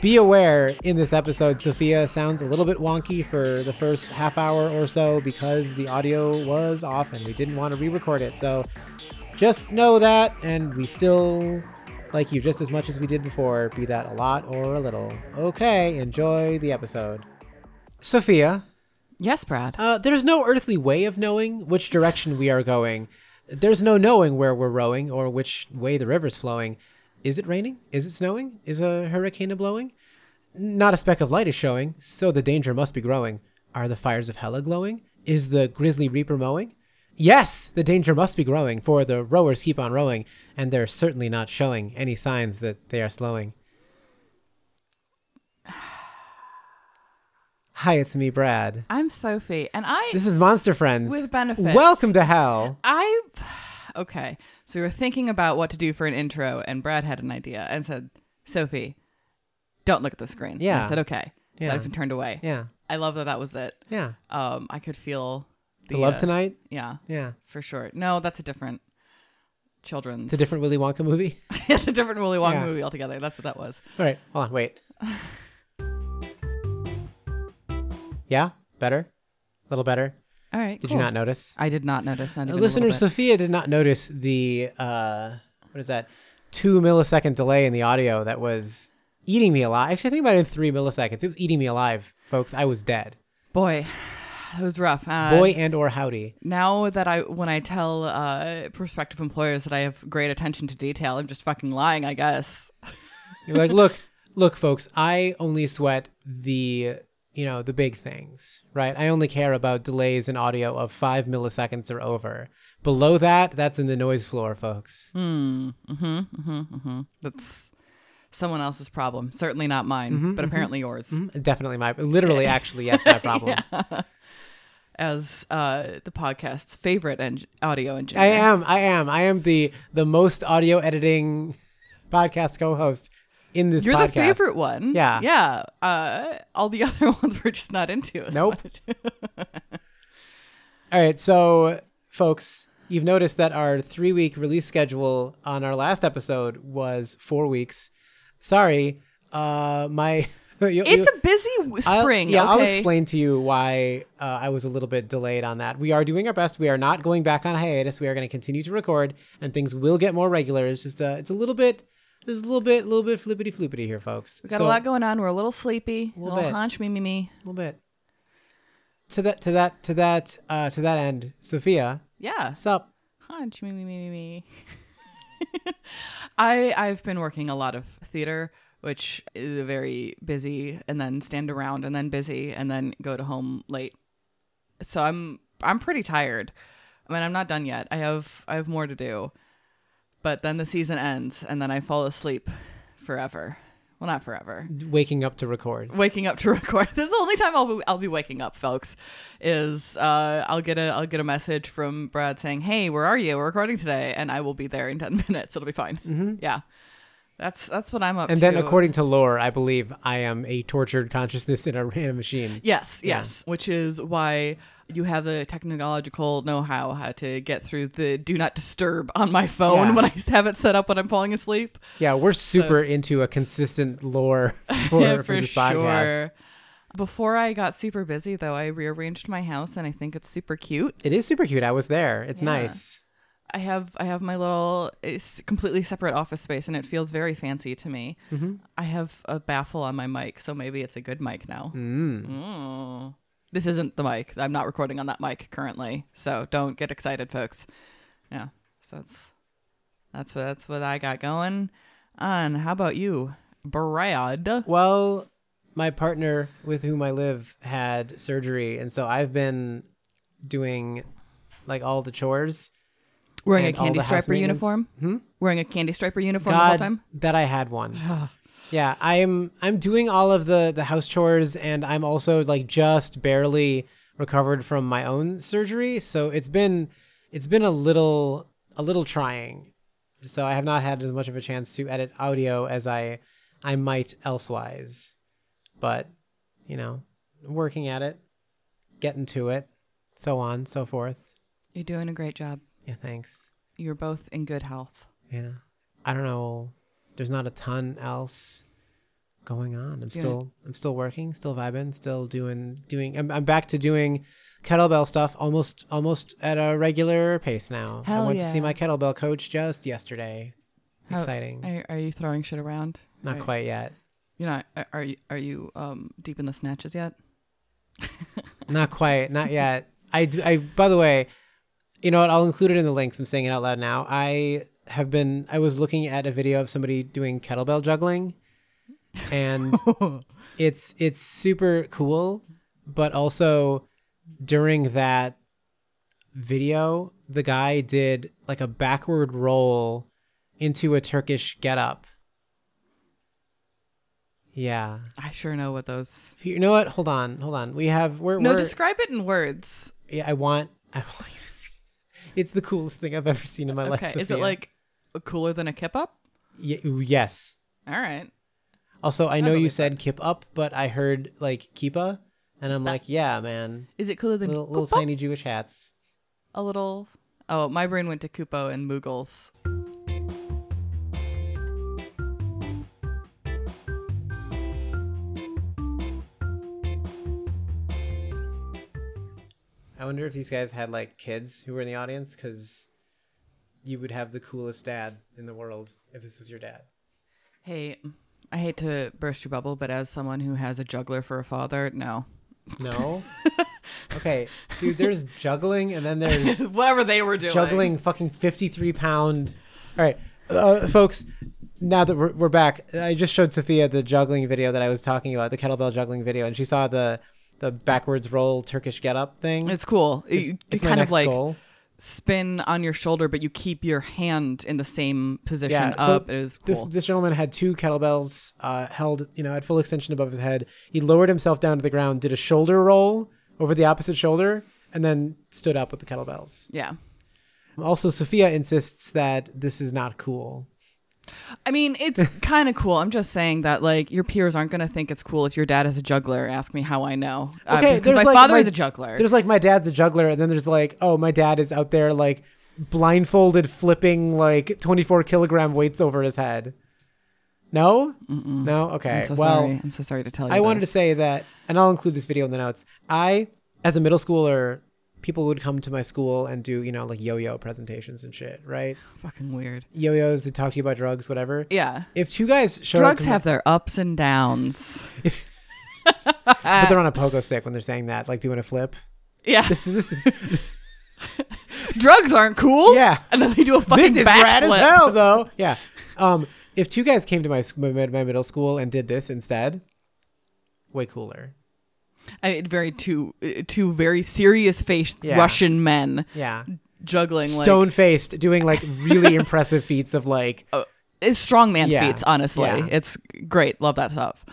be aware in this episode, Sophia sounds a little bit wonky for the first half hour or so because the audio was off and we didn't want to re record it. So just know that, and we still like you just as much as we did before, be that a lot or a little. Okay, enjoy the episode. Sophia, Yes, Brad. uh, there's no earthly way of knowing which direction we are going. There's no knowing where we're rowing or which way the river's flowing. Is it raining? Is it snowing? Is a hurricane a blowing? Not a speck of light is showing, so the danger must be growing. Are the fires of hella glowing? Is the grisly reaper mowing? Yes, the danger must be growing, for the rowers keep on rowing, and they're certainly not showing any signs that they are slowing. Hi, it's me, Brad. I'm Sophie, and I This is Monster Friends With benefits. Welcome to hell. I okay. So we were thinking about what to do for an intro, and Brad had an idea and said, "Sophie, don't look at the screen." And Yeah. I said, "Okay." Yeah. That have been turned away. Yeah, I love that. That was it. yeah. Um, I could feel the, The love uh, tonight. Yeah, Yeah, for sure. No, that's a different children's. it's a different Willy Wonka movie. it's a different Willy Wonka Yeah. movie altogether. That's what that was. All right, hold on, wait. yeah, better, a little better. All right. Did cool. you not notice? I did not notice. Not even a little Listener bit. Sophia did not notice the uh, what is that? Two millisecond delay in the audio that was eating me alive. Actually, I think about it in three milliseconds. It was eating me alive, folks. I was dead. Boy, it was rough. Uh, Boy and or howdy. now that I when I tell uh, prospective employers that I have great attention to detail, I'm just fucking lying, I guess. You're like, look, look, folks, I only sweat the you know the big things, right? I only care about delays in audio of five milliseconds or over. Below that, that's in the noise floor, folks. Hmm. That's someone else's problem, certainly not mine, Mm-hmm, but apparently yours. Definitely my, literally, actually, yes, my problem. As uh, the podcast's favorite en- audio engineer, I am, I am, I am the the most audio editing podcast co-host in this. you're podcast. the favorite one. Yeah. yeah. Uh, all the other ones we're just not into. as Nope. much. All right, so folks, you've noticed that our three week release schedule on our last episode was four weeks. Sorry, uh, my you, It's a busy w- spring. I'll, yeah, I'll okay? explain to you why uh, I was a little bit delayed on that. We are doing our best. We are not going back on hiatus. We are going to continue to record, and things will get more regular. It's just uh, it's a little bit. There's a little bit, little bit flippity floopity here, folks. Got a lot going on. We're a little sleepy. A Little little, bit. hunch, me, me, me. A little bit. To that, to that, to that, uh, to that end, Sophia, Yeah. sup? Hunch me me me me me. I I've been working a lot of theater, which is very busy, and then stand around, and then busy, and then go to home late. So I'm I'm pretty tired. I mean, I'm not done yet. I have I have more to do. But then the season ends, and then I fall asleep forever. Well, not forever. Waking up to record. Waking up to record. This is the only time I'll be, I'll be waking up, folks. Is uh, I'll get a I'll get a message from Brad saying, "Hey, where are you? We're recording today," and I will be there in ten minutes. It'll be fine. Yeah, that's that's what I'm up Mm-hmm. And to. then, according to lore, I believe I am a tortured consciousness in a random machine. Yes, yes, which is why you have the technological know-how how to get through the do not disturb on my phone Yeah. when I have it set up when I'm falling asleep. Yeah, we're super into a consistent lore for, Yeah, for, this podcast. Before I got super busy, though, I rearranged my house, and I think it's super cute. It is super cute. I was there. It's nice. I have I have my little it's completely separate office space, and it feels very fancy to me. Mm-hmm. I have a baffle on my mic, so maybe it's a good mic now. Mm. This isn't the mic. I'm not recording on that mic currently, so don't get excited, folks. Yeah, so that's that's what that's what I got going. And how about you, Brad? Well, my partner with whom I live had surgery, and so I've been doing like all the chores. Wearing a And all candy the house striper maintenance? Hmm? uniform. Wearing a candy striper uniform the whole God, time. that I had one. yeah, I'm I'm doing all of the the house chores, and I'm also like just barely recovered from my own surgery. So it's been it's been a little a little trying. So I have not had as much of a chance to edit audio as I I might elsewise, but you know, working at it, getting to it, so on so forth. You're doing a great job. Yeah, thanks. You're both in good health. Yeah. I don't know. There's not a ton else. going on. I'm still I'm still working, still vibing, still doing doing. I'm I'm back to doing kettlebell stuff almost almost at a regular pace now. I Hell went to see yeah. Oh, my kettlebell coach just yesterday. How- Exciting. Are, are you throwing shit around? Not are, quite yet. You're not. are- Are you? Are you um deep in the snatches yet? Not quite. Not yet. I do. I by the way, you know what? I'll include it in the links. I'm saying it out loud now. I have been. I was looking at a video of somebody doing kettlebell juggling, and it's it's super cool. But also, during that video, the guy did like a backward roll into a Turkish getup. Yeah. I sure know what those. You know what? Hold on. Hold on. We have we're No, we're, describe it in words. yeah, I want. I want you to see. It's the coolest thing I've ever seen in my life. Okay, is it Sophia. like cooler than a kip up? Y- yes. All right. Also, I know you believe said kip up, but I heard like kipa, and I'm like, yeah, man, Is it cooler than little, little kupo? tiny Jewish hats. A little. Oh, my brain went to Kupo and Mughals. I wonder if these guys had like kids who were in the audience, because you would have the coolest dad in the world if this was your dad. Hey, I hate to burst your bubble, but as someone who has a juggler for a father, no. No. okay, dude. There's juggling, and then there's Whatever they were doing. juggling fucking 53 pound all right uh, folks now that we're, we're back i just showed sophia the juggling video that i was talking about the kettlebell juggling video and she saw the the backwards roll turkish get up thing It's cool. you you It's my kind of next like goal. spin on your shoulder, but you keep your hand in the same position yeah so up. It is cool. this, this gentleman had two kettlebells uh, held you know at full extension above his head he lowered himself down to the ground did a shoulder roll over the opposite shoulder and then stood up with the kettlebells yeah. also sophia insists that this is not cool I mean, it's kind of cool. I'm just saying that, like, your peers aren't going to think it's cool if your dad is a juggler. Ask me how I know. Uh, Okay, because there's my like father my- is a juggler. There's like my dad's a juggler, and then there's like, oh, my dad is out there like blindfolded, flipping like 24 kilogram weights over his head. No, no. Okay. I'm so well, sorry. I'm so sorry to tell you. I wanted to this. say that, and I'll include this video in the notes. I, as a middle schooler, people would come to my school and do you know like yo-yo presentations and shit, right? Fucking weird. Yo-yos to talk to you about drugs, whatever. Yeah. If two guys show up Drugs to my- have their ups and downs. but they're on a pogo stick when they're saying that, like doing a flip. Yeah. So this is Drugs aren't cool. Yeah. And then they do a fucking this is backflip. rad as hell though yeah um if two guys came to my, s- my my middle school and did this instead way cooler I, it very two uh, two very serious faced Yeah. Russian men yeah juggling like stone faced doing like really impressive feats of like is strongman Yeah. feats. Honestly, Yeah. it's great. Love that stuff.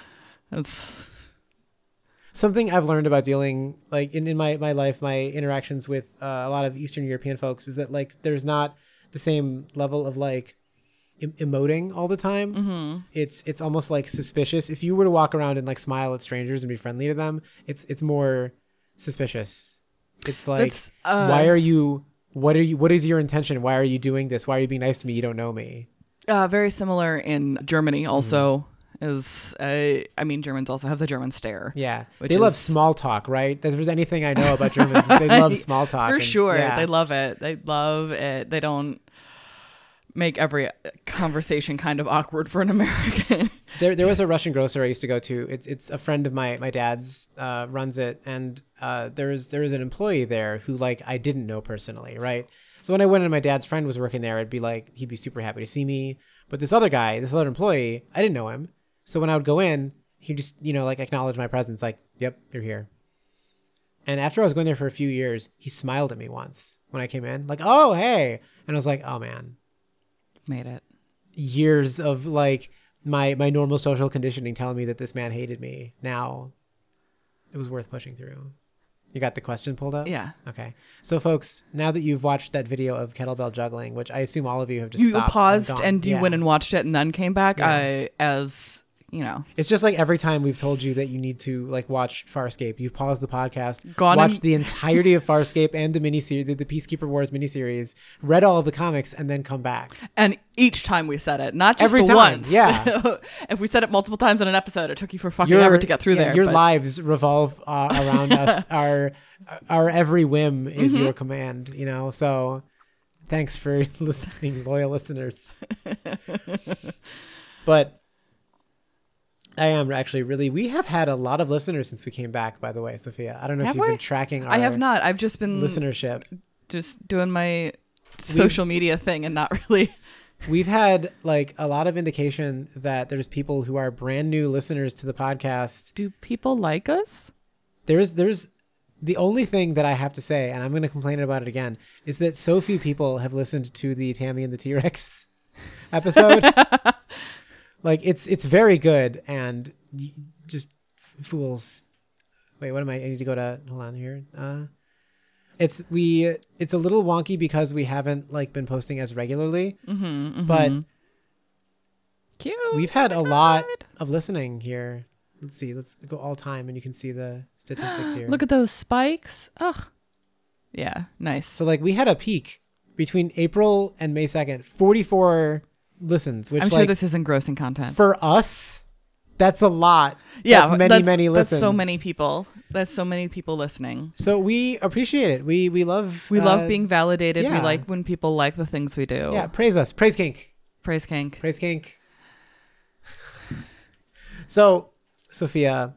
It's something i've learned about dealing like in, in my my life my interactions with uh, a lot of eastern european folks is that like there's not the same level of like em- emoting all the time Mm-hmm. it's it's almost like suspicious if you were to walk around and like smile at strangers and be friendly to them it's it's more suspicious it's like That's, uh, why are you what are you what is your intention why are you doing this why are you being nice to me you don't know me uh, very similar in Germany. Mm-hmm. Also, is uh, I mean Germans also have the German stare. yeah Which they love is- small talk right if there's anything i know about germans they love small talk For and- sure. yeah. They love it. They love it. They don't make every conversation kind of awkward for an American. There, there was a Russian grocer I used to go to. It's, it's a friend of my, my dad's uh, runs it, and uh, there was there was an employee there who like I didn't know personally, right? So when I went and my dad's friend was working there, I'd be like, he'd be super happy to see me. But this other guy, this other employee, I didn't know him. So when I would go in, he just you know like acknowledge my presence, like, "Yep, you're here." And after I was going there for a few years, he smiled at me once when I came in, like, "Oh, hey," and I was like, "Oh man, Made it. years of like my my normal social conditioning telling me that this man hated me. Now it was worth pushing through. You got the question pulled up? Yeah. Okay. So folks, now that you've watched that video of kettlebell juggling, which I assume all of you have just You stopped paused gone- and you yeah. went and watched it and then came back. I as you know, It's just like every time we've told you that you need to like watch Farscape, you've paused the podcast, Gone watched and- the entirety of Farscape and the miniseries, the, the Peacekeeper Wars miniseries, read all of the comics, and then come back. and each time we said it, not just Every the time, once. yeah. if we said it multiple times in an episode, it took you for fucking ever to get through yeah, there. Your but- lives revolve uh, around us. Our our every whim is Mm-hmm. your command. You know, so thanks for listening, loyal listeners. but I am actually really. We have had a lot of listeners since we came back. By the way, Sophia, I don't know Have if you've we? been tracking. Our I have not. I've just been listenership. just doing my social media thing and not really. We've had like a lot of indication that there's people who are brand new listeners to the podcast Do people like us? there's there's the only thing that I have to say, and I'm going to complain about it again, is that so few people have listened to the Tammy and the T Rex episode. like it's it's very good, and y- just fools. Wait, what am I? I need to go to hold on here. Uh, it's we it's a little wonky because we haven't like been posting as regularly, but Cute. we've had a lot of listening here. Let's see, let's go all time, and you can see the statistics here. Look at those spikes. Ugh. Yeah, nice. So like we had a peak between April and May 2nd, 44 listens, which I'm sure like this is engrossing content. for us, that's a lot. yeah, that's many that's- many listens. That's so many people. That's so many people listening. So we appreciate it. We we love We uh, love being validated. yeah. We like when people like the things we do. Yeah, praise us. Praise kink. Praise Kink. Praise kink. so, Sophia,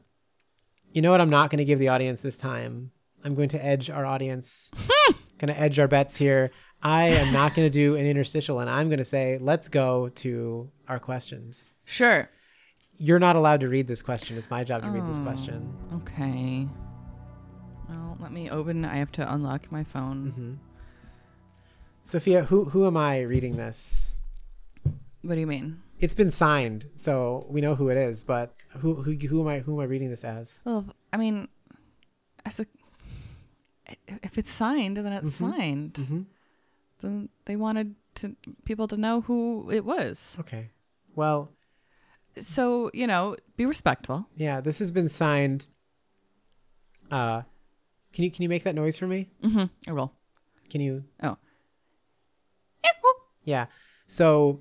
you know what I'm not going to give the audience this time. I'm going to edge our audience. going to edge our bets here. I am not going to do an interstitial and I'm going to say let's go to our questions. Sure. You're not allowed to read this question. It's my job to read this question. Okay. Well, let me open. I have to unlock my phone. Mm-hmm. Sophia, who who am I reading this? What do you mean? It's been signed, so we know who it is, but who who who am I who am I reading this as? Well, if- I mean, as a, if it's signed, then it's Mm-hmm. signed. Then they wanted to people to know who it was. Okay. Well, So you know, be respectful. yeah, this has been signed. Uh can you can you make that noise for me? Mm-hmm. I roll. Can you Oh, Yeah. So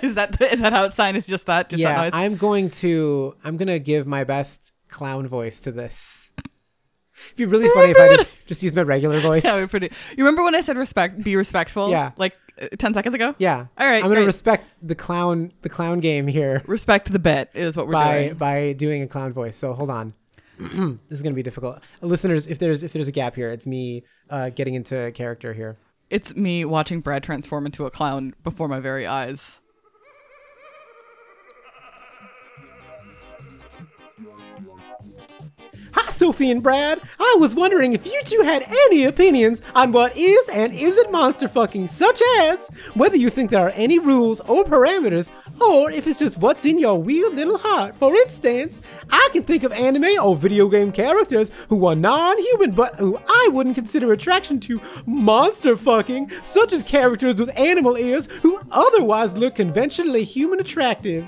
is that is that how it's signed? Is just that? Just yeah, that noise? I'm going to I'm gonna give my best clown voice to this. It'd be really funny if I just, just use my regular voice. yeah, we're pretty. You remember when I said respect? Be respectful. Yeah. Like uh, ten seconds ago. Yeah. All right, I'm gonna great. respect the clown the clown game here Respect the bit is what we're by doing. by doing a clown voice. So hold on. this is gonna be difficult. Listeners, if there's if there's a gap here, it's me uh, getting into character here. It's me watching Brad transform into a clown before my very eyes. Hi Sophie and Brad. I was wondering if you two had any opinions on what is and isn't monster fucking, such as whether you think there are any rules or parameters, or if it's just what's in your weird little heart. For instance, I can think of anime or video game characters who are non-human but who I wouldn't consider attraction to monster fucking, such as characters with animal ears who otherwise look conventionally human attractive.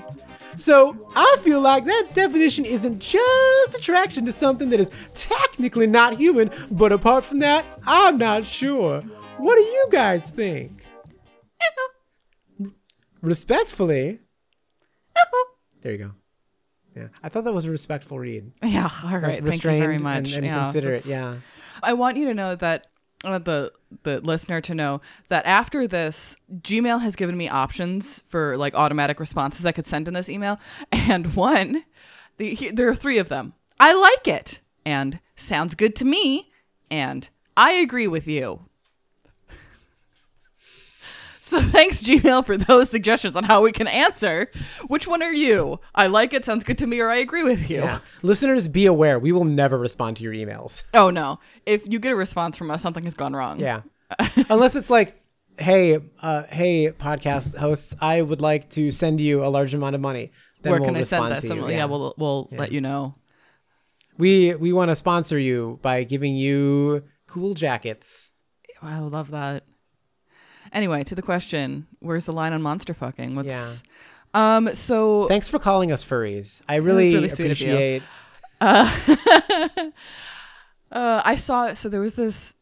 So I feel like that definition isn't just attraction to something that is technically not human, but apart from that, I'm not sure. What do you guys think? Respectfully. There you go. Yeah, I thought that was a respectful read. Yeah, all right. Thank you Restrained very much. and, and yeah, considerate. that's- Yeah. I want you to know that I want the the listener to know that after this, Gmail has given me options for like automatic responses I could send in this email, and one, the, he- there are three of them. I like it, and sounds good to me, and I agree with you. So thanks Gmail for those suggestions on how we can answer. Which one are you? I like it, sounds good to me, or I agree with you. yeah. Listeners, be aware we will never respond to your emails. Oh no! If you get a response from us, something has gone wrong. Yeah. Unless it's like, hey, uh, hey, podcast hosts, I would like to send you a large amount of money. Then Where we'll can I send respond this? to you. And we'll- yeah. we'll we'll let you know. We we want to sponsor you by giving you cool jackets. I love that. Anyway, to the question, where's the line on monster fucking? What's Yeah. Um, so Thanks for calling us furries. I really, really sweet of you. appreciate. Uh, I saw so there was this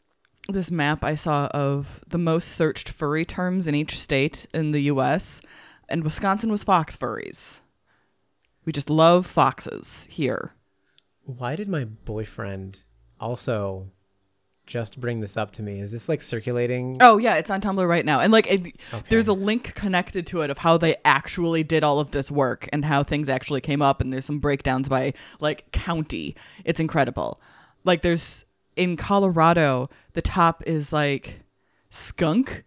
this map I saw of the most searched furry terms in each state in the U.S. and Wisconsin was fox furries. We just love foxes here. Why did my boyfriend also just bring this up to me? Is this like circulating? Oh yeah, it's on Tumblr right now, and like it, there's a link connected to it of how they actually did all of this work and how things actually came up, and there's some breakdowns by like county. It's incredible. Like there's in Colorado, the top is like skunk,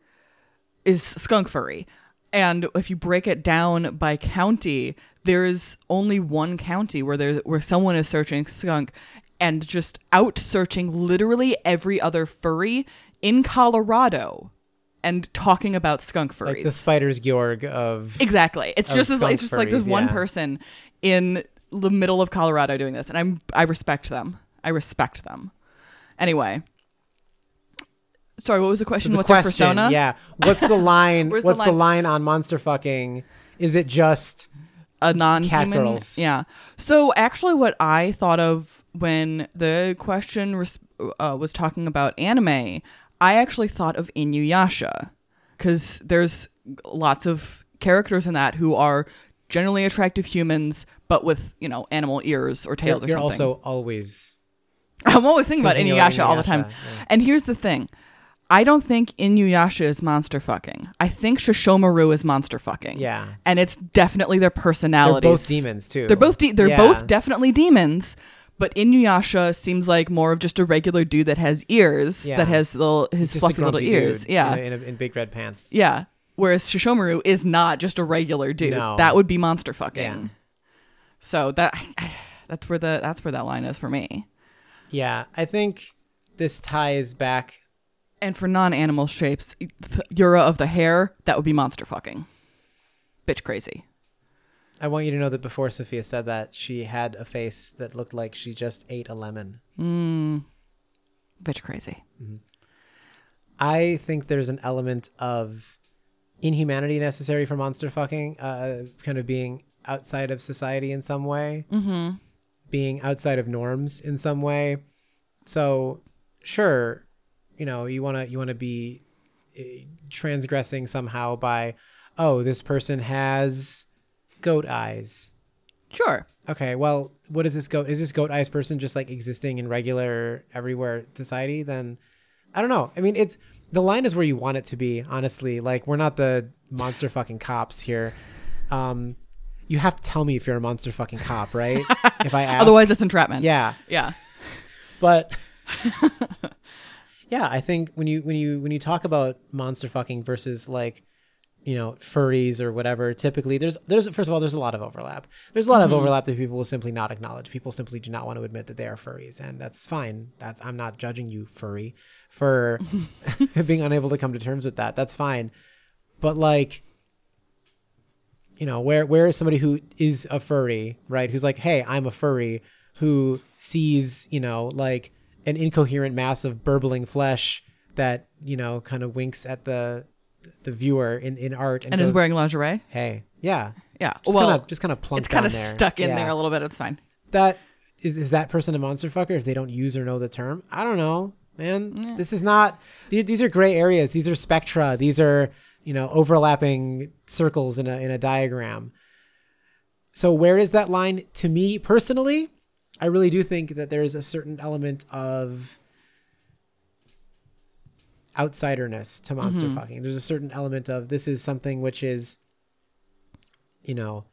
is skunk furry. And if you break it down by county, there is only one county where there where someone is searching skunk and just out searching literally every other furry in Colorado and talking about skunk furries. Like the spider's Georg of Exactly. It's just as, skunk it's just like there's furries, one yeah. person in the middle of Colorado doing this, and I'm I respect them. I respect them. Anyway, sorry. What was the question? the What's question. our persona? Yeah, what's the line? Where's what's the the line on monster fucking? Is it just a non-human. Catgirls. Yeah. So actually, what I thought of when the question res- uh, was talking about anime, I actually thought of Inuyasha because there's lots of characters in that who are generally attractive humans, but with you know animal ears or tails you're, or something. also always I'm always thinking about Thinking about Inuyasha all the time. Inuyasha, And here's the thing. I don't think Inuyasha is monster fucking. I think Shishomaru is monster fucking. Yeah. And it's definitely their they're personalities. both demons too. They're both de- they're Yeah. both definitely demons, but Inuyasha seems like more of just a regular dude that has ears, Yeah. that has little his Just a fluffy little grumpy ears. dude Yeah. in, a- in, a- in big red pants. Yeah. Whereas Shishomaru is not just a regular dude. No. That would be monster fucking. Yeah. So that that's where the that's where that line is for me. Yeah, I think this ties back. And for non-animal shapes, th- Yura of the hair, that would be monster fucking. Bitch crazy. I want you to know that before Sophia said that, she had a face that looked like she just ate a lemon. Bitch crazy. I think there's an element of inhumanity necessary for monster fucking, uh, kind of being outside of society in some way, mm-hmm. being outside of norms in some way. So, sure, you know, you wanna you wanna be eh, transgressing somehow by, oh, this person has goat eyes. Sure. Okay, well, what is this goat? Is this goat eyes person just like existing in regular everywhere society? Then I don't know. I mean, it's the line is where you want it to be, honestly. Like we're not the monster fucking cops here. Um, you have to tell me if you're a monster fucking cop, right? if I ask, Otherwise it's entrapment. yeah. Yeah. But yeah, I think when you when you when you talk about monster fucking versus like you know furries or whatever typically there's there's first of all there's a lot of overlap there's a lot of overlap that people will simply not acknowledge people simply do not want to admit that they are furries and that's fine that's i'm not judging you furry for being unable to come to terms with that that's fine but like you know where where is somebody who is a furry right who's like hey i'm a furry who sees you know like an incoherent mass of burbling flesh that you know kind of winks at the the viewer in in art and, And goes, is wearing lingerie. hey yeah Yeah. just well, kind of just kind of plunked it's kind of down there. stuck in Yeah. there a little bit. It's fine. that is, is that person a monster fucker if they don't use or know the term i don't know man this is not these, these are gray areas these are spectra these are you know overlapping circles in a in a diagram so where is that line to me personally i really do think that there's a certain element of outsiderness to monster fucking there's a certain element of this is something which is you know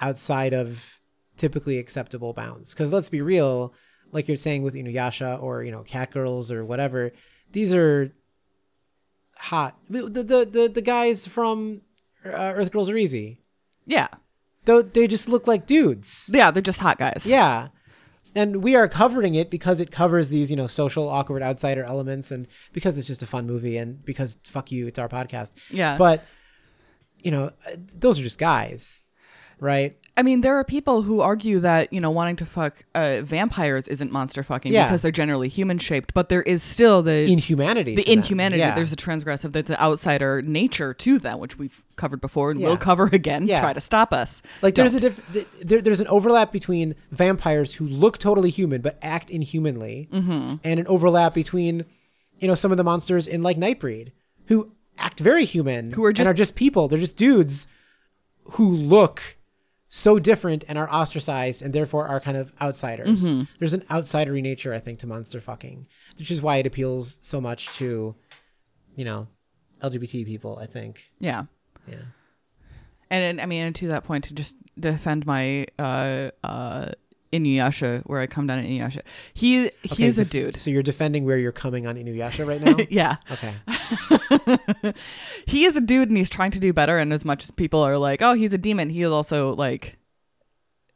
outside of typically acceptable bounds. Because let's be real, like you're saying with Inuyasha or you know Catgirls or whatever, these are hot. The the the, the guys from uh, Earth Girls are easy. Yeah. Though they just look like dudes. Yeah, they're just hot guys. Yeah. And we are covering it because it covers these, you know, social awkward outsider elements and because it's just a fun movie and because fuck you, it's our podcast. Yeah. But you know, uh, those are just guys. right? I mean, there are people who argue that, you know, wanting to fuck uh, vampires isn't monster fucking Yeah. because they're generally human shaped, but there is still the Inhumanity. to the them. inhumanity. Yeah. There's a transgressive, there's an outsider nature to them, which we've covered before and Yeah. will cover again. Yeah. Try to stop us. like there's Don't. a diff- th- there, there's an overlap between vampires who look totally human but act inhumanly, Mm-hmm. and an overlap between you know some of the monsters in like Nightbreed who act very human Who are and just- are just people. They're just dudes who look so different and are ostracized and therefore are kind of outsiders. Mm-hmm. There's an outsidery nature I think to monster fucking, which is why it appeals so much to you know LGBT people. I think. yeah. Yeah. And, and I mean, and to that point, to just defend my uh, uh, Inuyasha, where I come down in Inuyasha, he Okay, he's a def- dude. So you're defending where you're coming on Inuyasha right now. Yeah. Okay. he is a dude and he's trying to do better and as much as people are like oh he's a demon he is also like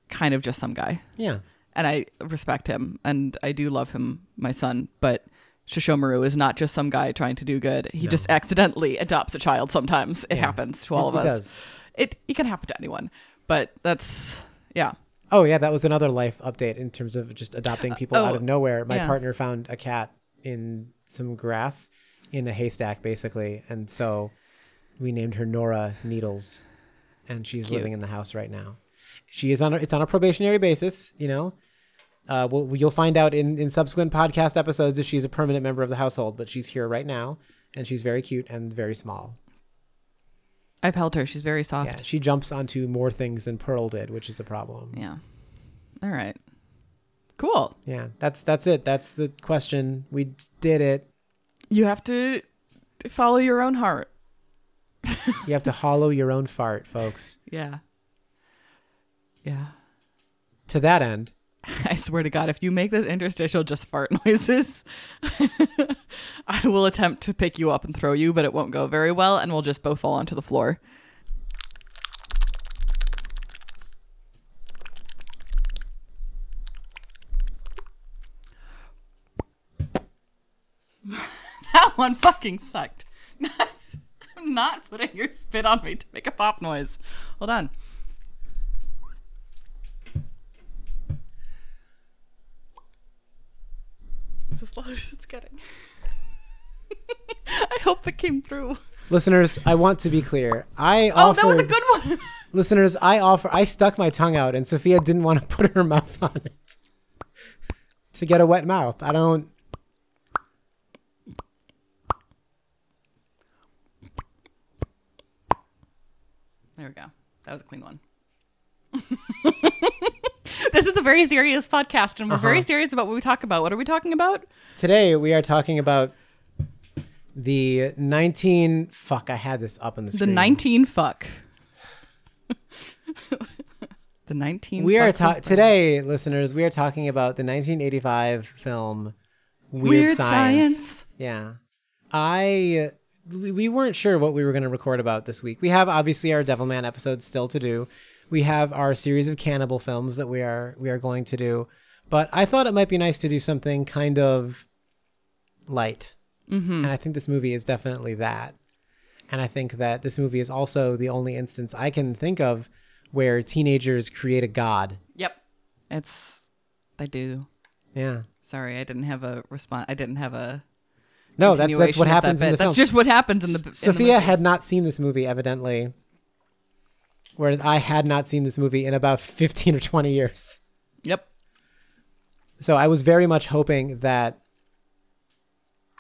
kind of just some guy Yeah. and i respect him and i do love him my son but shishomaru is not just some guy trying to do good he just accidentally adopts a child sometimes it happens to all It- of it us does. it it can happen to anyone but that's yeah Oh yeah, that was another life update in terms of just adopting people oh, out of nowhere. My yeah. partner found a cat in some grass in a haystack basically, and so we named her Nora Needles and she's living in the house right now. She is on a, it's on a probationary basis, you know. Uh, well, you'll find out in, in subsequent podcast episodes if she's a permanent member of the household, but she's here right now, and she's very cute and very small. i've held her she's very soft Yeah, she jumps onto more things than Pearl did, which is a problem. yeah all right cool Yeah, that's that's it. That's the question. We d- did it. you have to follow your own heart You have to hollow your own fart, folks. yeah yeah To that end, I swear to God, if you make this interstitial just fart noises, I will attempt to pick you up and throw you, but it won't go very well, and we'll just both fall onto the floor. that one fucking sucked. I'm not putting your spit on me to make a pop noise. Hold on. It's as loud as it's getting. I hope it came through. listeners, I want to be clear. I Oh, offered, that was a good one. listeners. I offer. I stuck my tongue out, and Sophia didn't want to put her mouth on it to get a wet mouth. I don't. There we go. That was a clean one. this is a very serious podcast, and we're Uh-huh. very serious about what we talk about. What are we talking about? Today we are talking about the 19 fuck i had this up on the The screen 19 fuck. the 19 we are fucks ta- of- today listeners we are talking about the 1985 film weird, science. Yeah. I we we weren't sure what we were going to record about this week. We have obviously our Devilman episode still to do. We have our series of cannibal films that we are we are going to do. But I thought it might be nice to do something kind of light. Mm-hmm. And I think this movie is definitely that. And I think that this movie is also the only instance I can think of where teenagers create a god. Yep. It's. They do. Yeah. Sorry, I didn't have a response. I didn't have a. No, Oh, that's that's what continuation of that happens in bit. the film. That's just what happens in the. in the Sophia movie. had not seen this movie, evidently, whereas I had not seen this movie in about 15 or 20 years. Yep. So I was very much hoping that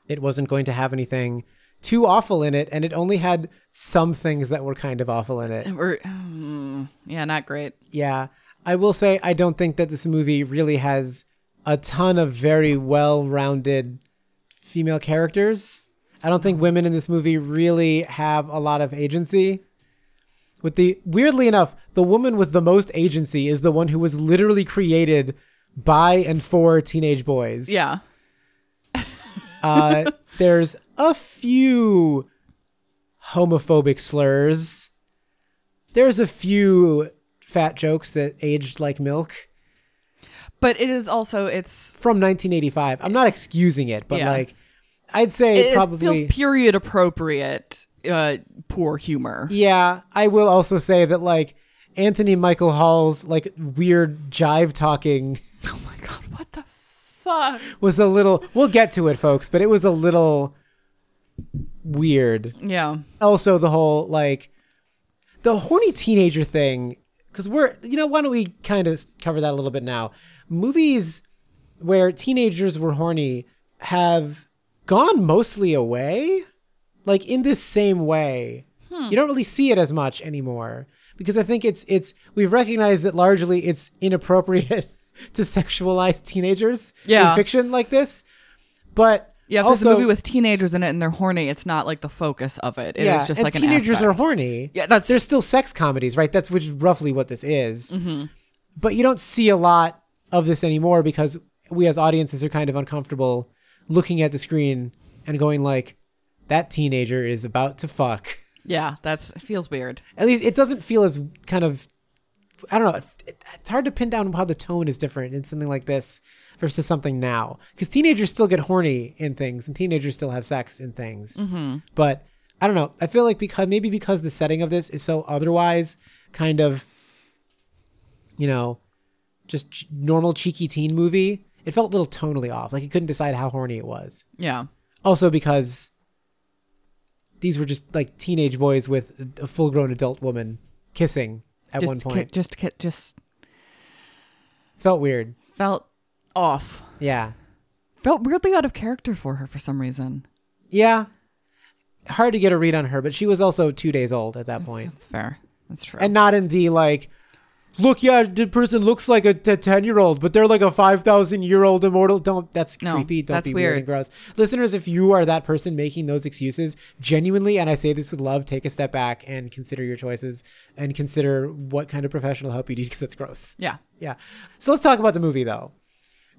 it wasn't going to have anything too awful in it, and it only had some things that were kind of awful in it. Or, mm, yeah, not great. Yeah. I will say I don't think that this movie really has a ton of very well-rounded female characters. I don't think women in this movie really have a lot of agency. With the weirdly enough, the woman with the most agency is the one who was literally created by and for teenage boys. Yeah. Uh, there's a few homophobic slurs. There's a few fat jokes that aged like milk But it is also it's from 1985. I'm not excusing it, but Yeah. like, I'd say it probably. feels period appropriate uh poor humor. yeah, I will also say that like Anthony Michael Hall's like weird jive talking Oh my god, what the fuck? was a little. We'll get to it, folks, but it was a little weird. Yeah. Also, the whole like the horny teenager thing, because we're you know why don't we kind of cover that a little bit now? Movies where teenagers were horny have gone mostly away, like in this same way. Hmm. You don't really see it as much anymore because I think it's it's we've recognized that largely it's inappropriate to sexualize teenagers Yeah. in fiction like this. But Yeah, if there's also, a movie with teenagers in it and they're horny, it's not like the focus of it. It is yeah, just and like an teenagers aspect. are horny. Yeah, that's There's still sex comedies, right? That's which is roughly what this is. But you don't see a lot of this anymore because we as audiences are kind of uncomfortable looking at the screen and going like, "That teenager is about to fuck." yeah, that's it feels weird. At least it doesn't feel as kind of, I don't know. it- It's hard to pin down how the tone is different in something like this versus something now because teenagers still get horny in things and teenagers still have sex in things but I don't know. I feel like because maybe because the setting of this is so otherwise kind of, you know, just ch- normal cheeky teen movie, it felt a little tonally off. Like you couldn't decide how horny it was. Yeah. Also because these were just like teenage boys with a- a full-grown adult woman kissing at just one ki- point. just ki- just felt weird. felt off. Yeah. Felt weirdly out of character for her for some reason. Yeah. Hard to get a read on her, but she was also 2 days old at that That's, point. that's fair. That's true. and not in the like look yeah the person looks like a 10 year old but they're like a 5000 year old immortal don't that's No, creepy don't that's be weird. weird. and gross listeners if you are that person making those excuses genuinely and i say this with love take a step back and consider your choices and consider what kind of professional help you need because that's gross yeah. yeah so let's talk about the movie though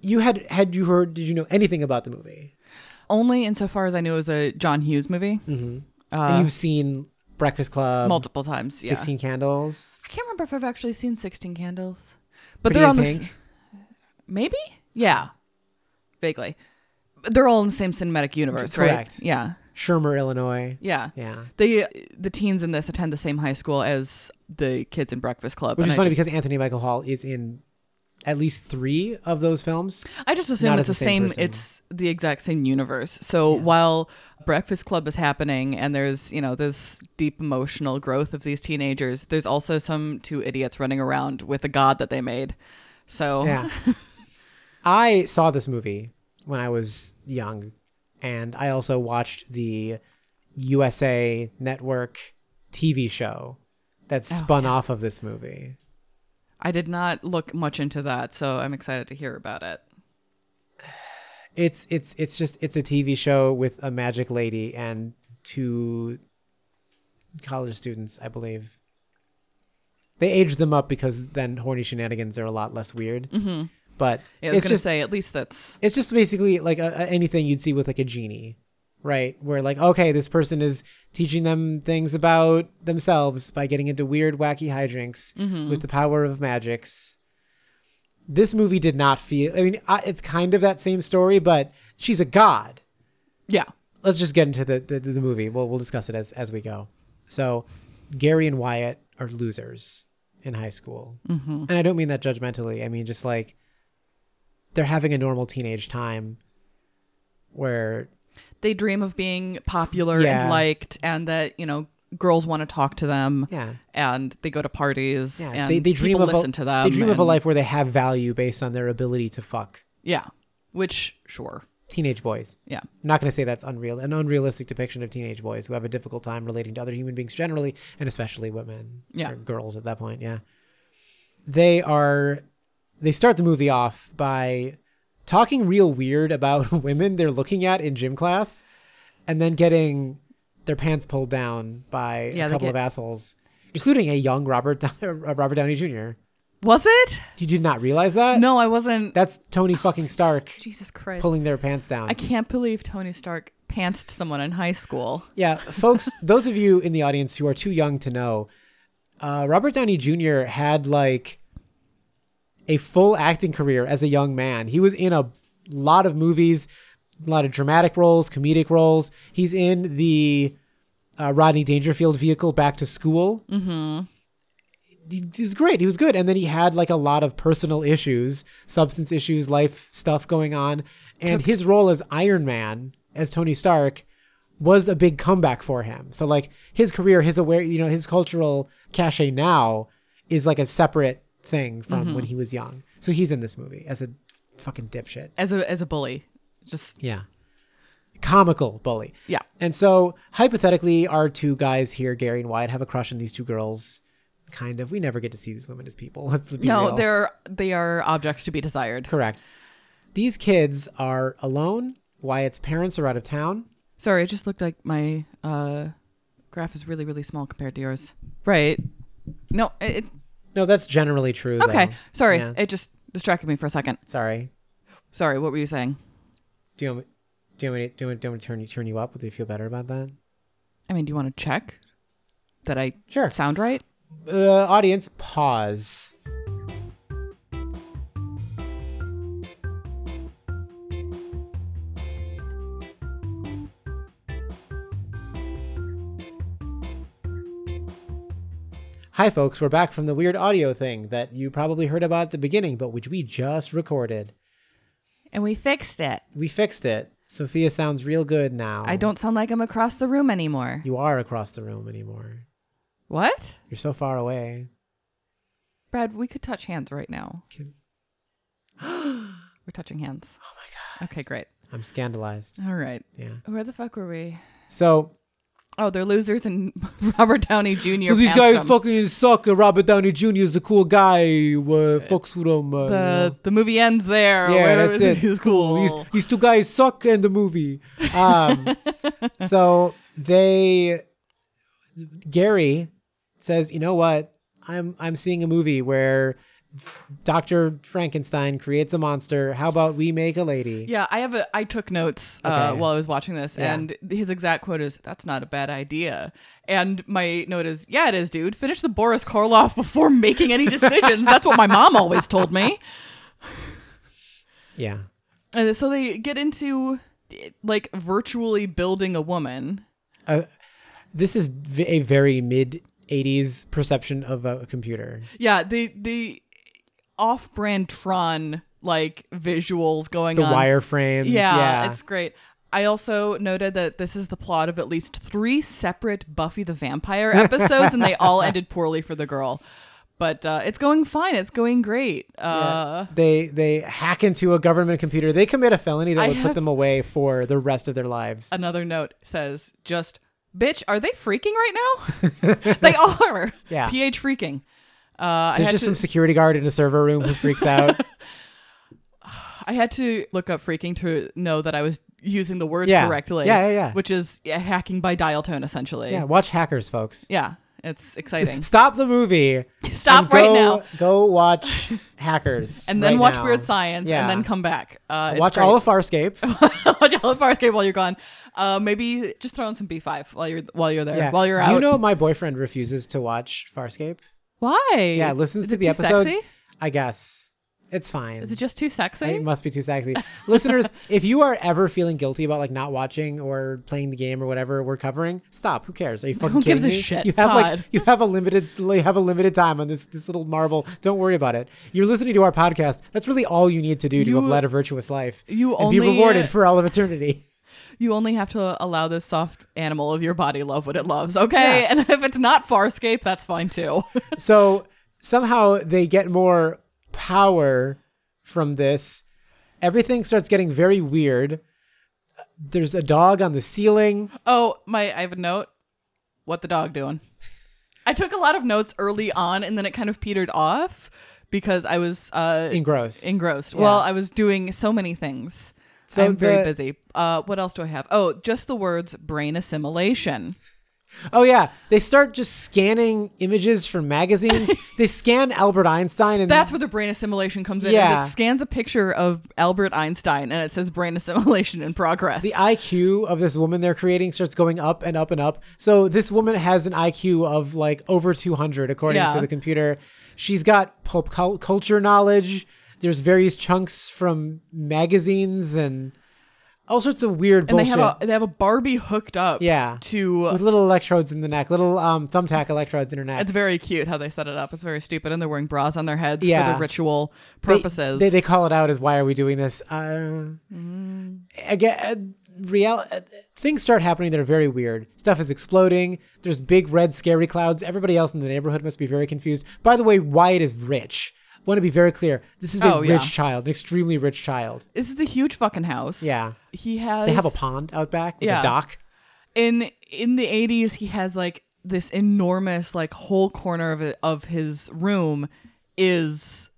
you had had you heard did you know anything about the movie Only insofar as I knew it was a John Hughes movie. Mm-hmm. and you've seen breakfast club Multiple times. Uh, Yeah. 16 candles I can't remember if I've actually seen 16 Candles. Pretty But they're in on the Pink? this. Maybe? Yeah. Vaguely. But they're all in the same cinematic universe, Correct. right? Yeah. shermer illinois Yeah. yeah The the teens in this attend the same high school as the kids in Breakfast Club. Which and is funny I just, because Anthony Michael Hall is in at least three of those films. I just not assume as it's the the same same, person. it's the exact same universe. So while Breakfast Club is happening and there's, you know, this deep emotional growth of these teenagers, there's also some two idiots running around with a god that they made. So Yeah. I saw this movie when I was young, and I also watched the USA Network TV show that Oh, spun off of this movie. I did not look much into that, so I'm excited to hear about it. It's it's it's just it's a TV show with a magic lady and two college students, I believe. They aged them up because then horny shenanigans are a lot less weird. Mm-hmm. But Yeah, I was it's gonna just say at least that's it's just basically like a, a- anything you'd see with like a genie right where like okay this person is teaching them things about themselves by getting into weird wacky hijinks with the power of magics this movie did not feel i mean I, it's kind of that same story but she's a god yeah. let's just get into the, the, the movie. We'll, we'll discuss it as, as we go. So, Gary and Wyatt are losers in high school. Mm-hmm. And I don't mean that judgmentally. I mean, just like they're having a normal teenage time where, They dream of being popular Yeah. and liked and that, you know, girls want to talk to them yeah. and they go to parties Yeah, and they, they dream people of a, listen to them. They dream of a and- life where they have value based on their ability to fuck Yeah. Which sure. teenage boys. Yeah. I'm not going to say that's unreal, an unrealistic depiction of teenage boys who have a difficult time relating to other human beings generally, and especially women Yeah. or girls at that point. Yeah, they are. They start the movie off by talking real weird about women they're looking at in gym class, and then getting their pants pulled down by Yeah, a they couple of get- assholes, including a young Robert Dow- Robert Downey Jr. Was it? You did not realize that? No, I wasn't that's Tony fucking Stark Jesus Christ. pulling their pants down. I can't believe Tony Stark pantsed someone in high school. Yeah, folks, those of you in the audience who are too young to know, uh, Robert Downey Jr. had like a full acting career as a young man. He was in a lot of movies, a lot of dramatic roles, comedic roles. He's in the uh, Rodney Dangerfield vehicle Back to School. Mm-hmm. he, he was great. He was good. And then he had like a lot of personal issues, substance issues, life stuff going on. And his role as Iron Man, as Tony Stark, was a big comeback for him. So like his career, his aware, you know, his cultural cachet now is like a separate thing from when he was young. So he's in this movie as a fucking dipshit. as a as a bully. Just Yeah. Comical bully. yeah. And so, hypothetically, our two guys here, Gary and Wyatt, have a crush on these two girls. Kind of. We never get to see these women as people. Let's be No, real. they're they are objects to be desired. correct. These kids are alone. Wyatt's parents are out of town. Sorry, it just looked like my uh, graph is really really small compared to yours. Right? No, it, it- No, that's generally true. okay. though. Sorry, Yeah. it just distracted me for a second. Sorry. Sorry, what were you saying? Do you want me, do you want me, to- do you want, do you want me to turn you turn you up? Would you feel better about that? I mean, do you want to check that I Sure. sound right? Uh, audience, pause. Hi, folks. We're back from the weird audio thing that you probably heard about at the beginning, but which we just recorded. And we fixed it. We fixed it. Sophia sounds real good now. I don't sound like I'm across the room anymore. Oh. You are across the room anymore. What? You're so far away. Brad, we could touch hands right now. Can- We're touching hands. Oh my god. Okay, great. I'm scandalized. All right. Yeah. Where the fuck were we? So Oh, they're losers and Robert Downey Jr. So these passed guys them. fucking suck, and Robert Downey Jr. is the cool guy. Uh, fucks with them. Uh, you the know. the movie ends there. yeah, where that's was it. He's cool. These, these two guys suck in the movie. Um, so they, Gary, says, you know what? I'm I'm seeing a movie where Doctor Frankenstein creates a monster. How about we make a lady? yeah, I have a. I took notes uh, Okay. while I was watching this, Yeah. and his exact quote is, "That's not a bad idea." And my note is, "Yeah, it is, dude. Finish the Boris Karloff before making any decisions." That's what my mom always told me. Yeah. And so they get into like virtually building a woman. This is v- a very mid. 80s perception of a computer. Yeah, the the off-brand Tron like visuals going The on. wireframes. Yeah, yeah. it's great. I also noted that this is the plot of at least three separate Buffy the Vampire episodes, and they all ended poorly for the girl. But uh, it's going fine. It's going great. Uh, they they hack into a government computer. They commit a felony that I would put have- them away for the rest of their lives. Another note says, "Just bitch, are they freaking right now? they are. Yeah. ph freaking. Uh, I There's had just to, some security guard in a server room who freaks out. I had to look up freaking to know that I was using the word Yeah. correctly. Yeah, yeah, yeah. Which is yeah, hacking by dial tone, essentially. yeah, watch hackers, folks. yeah. It's exciting. Stop the movie. Stop and right go- now. Go watch hackers. and then right watch now. Weird Science, Yeah. and then come back. Uh, it's Watch great. all of Farscape. watch all of Farscape while you're gone. Uh, maybe just throw on some B5 while you're while you're there. Yeah. While you're Do out. you know my boyfriend refuses to watch Farscape? why? Yeah, listens Is to it the too episodes. sexy? I guess it's fine. Is it just too sexy? It must be too sexy. Listeners, if you are ever feeling guilty about like not watching or playing the game or whatever we're covering, stop. Who cares? Are you fucking Who gives kidding a me? shit? You have like Pod. you have a limited you have a limited time on this this little marvel. Don't worry about it. You're listening to our podcast. That's really all you need to do to You- have led a virtuous life. you and be only- uh, rewarded for all of eternity. you only have to allow this soft animal of your body love what it loves, okay? Yeah. And if it's not Farscape, that's fine too. so somehow they get more power from this. Everything starts getting very weird. There's a dog on the ceiling. oh, my! I have a note. What the dog doing? I took a lot of notes early on, and then it kind of petered off because I was uh, Engrossed. engrossed. Well, I was doing so many things. So I'm very the- busy. Uh, what else do I have? Oh, just the words brain assimilation. Oh yeah, they start just scanning images from magazines. they scan Albert Einstein, and That's where the brain assimilation comes in. is Yeah. it scans a picture of Albert Einstein and it says brain assimilation in progress. the IQ of this woman they're creating starts going up and up and up. So this woman has an IQ of like over 200 according Yeah. to the computer. She's got pop cul- culture knowledge. There's various chunks from magazines and all sorts of weird and they bullshit. have a they have a Barbie hooked up. yeah, To with little electrodes in the neck, little um, thumbtack electrodes in her neck. it's very cute how they set it up. It's very stupid, and they're wearing bras on their heads for Yeah. the ritual They- purposes. They, they, call it out as why are we doing this? Uh, Mm. Again, uh, real uh, things start happening that are very weird. Stuff is exploding. There's big red scary clouds. Everybody else in the neighborhood must be very confused. By the way, Wyatt is rich. Want to be very clear. This is a Oh, rich yeah. child, an extremely rich child. this is a huge fucking house. Yeah. he has. They have a pond out back with Yeah. a dock. in in the 80s he has like this enormous like whole corner of it, of his room is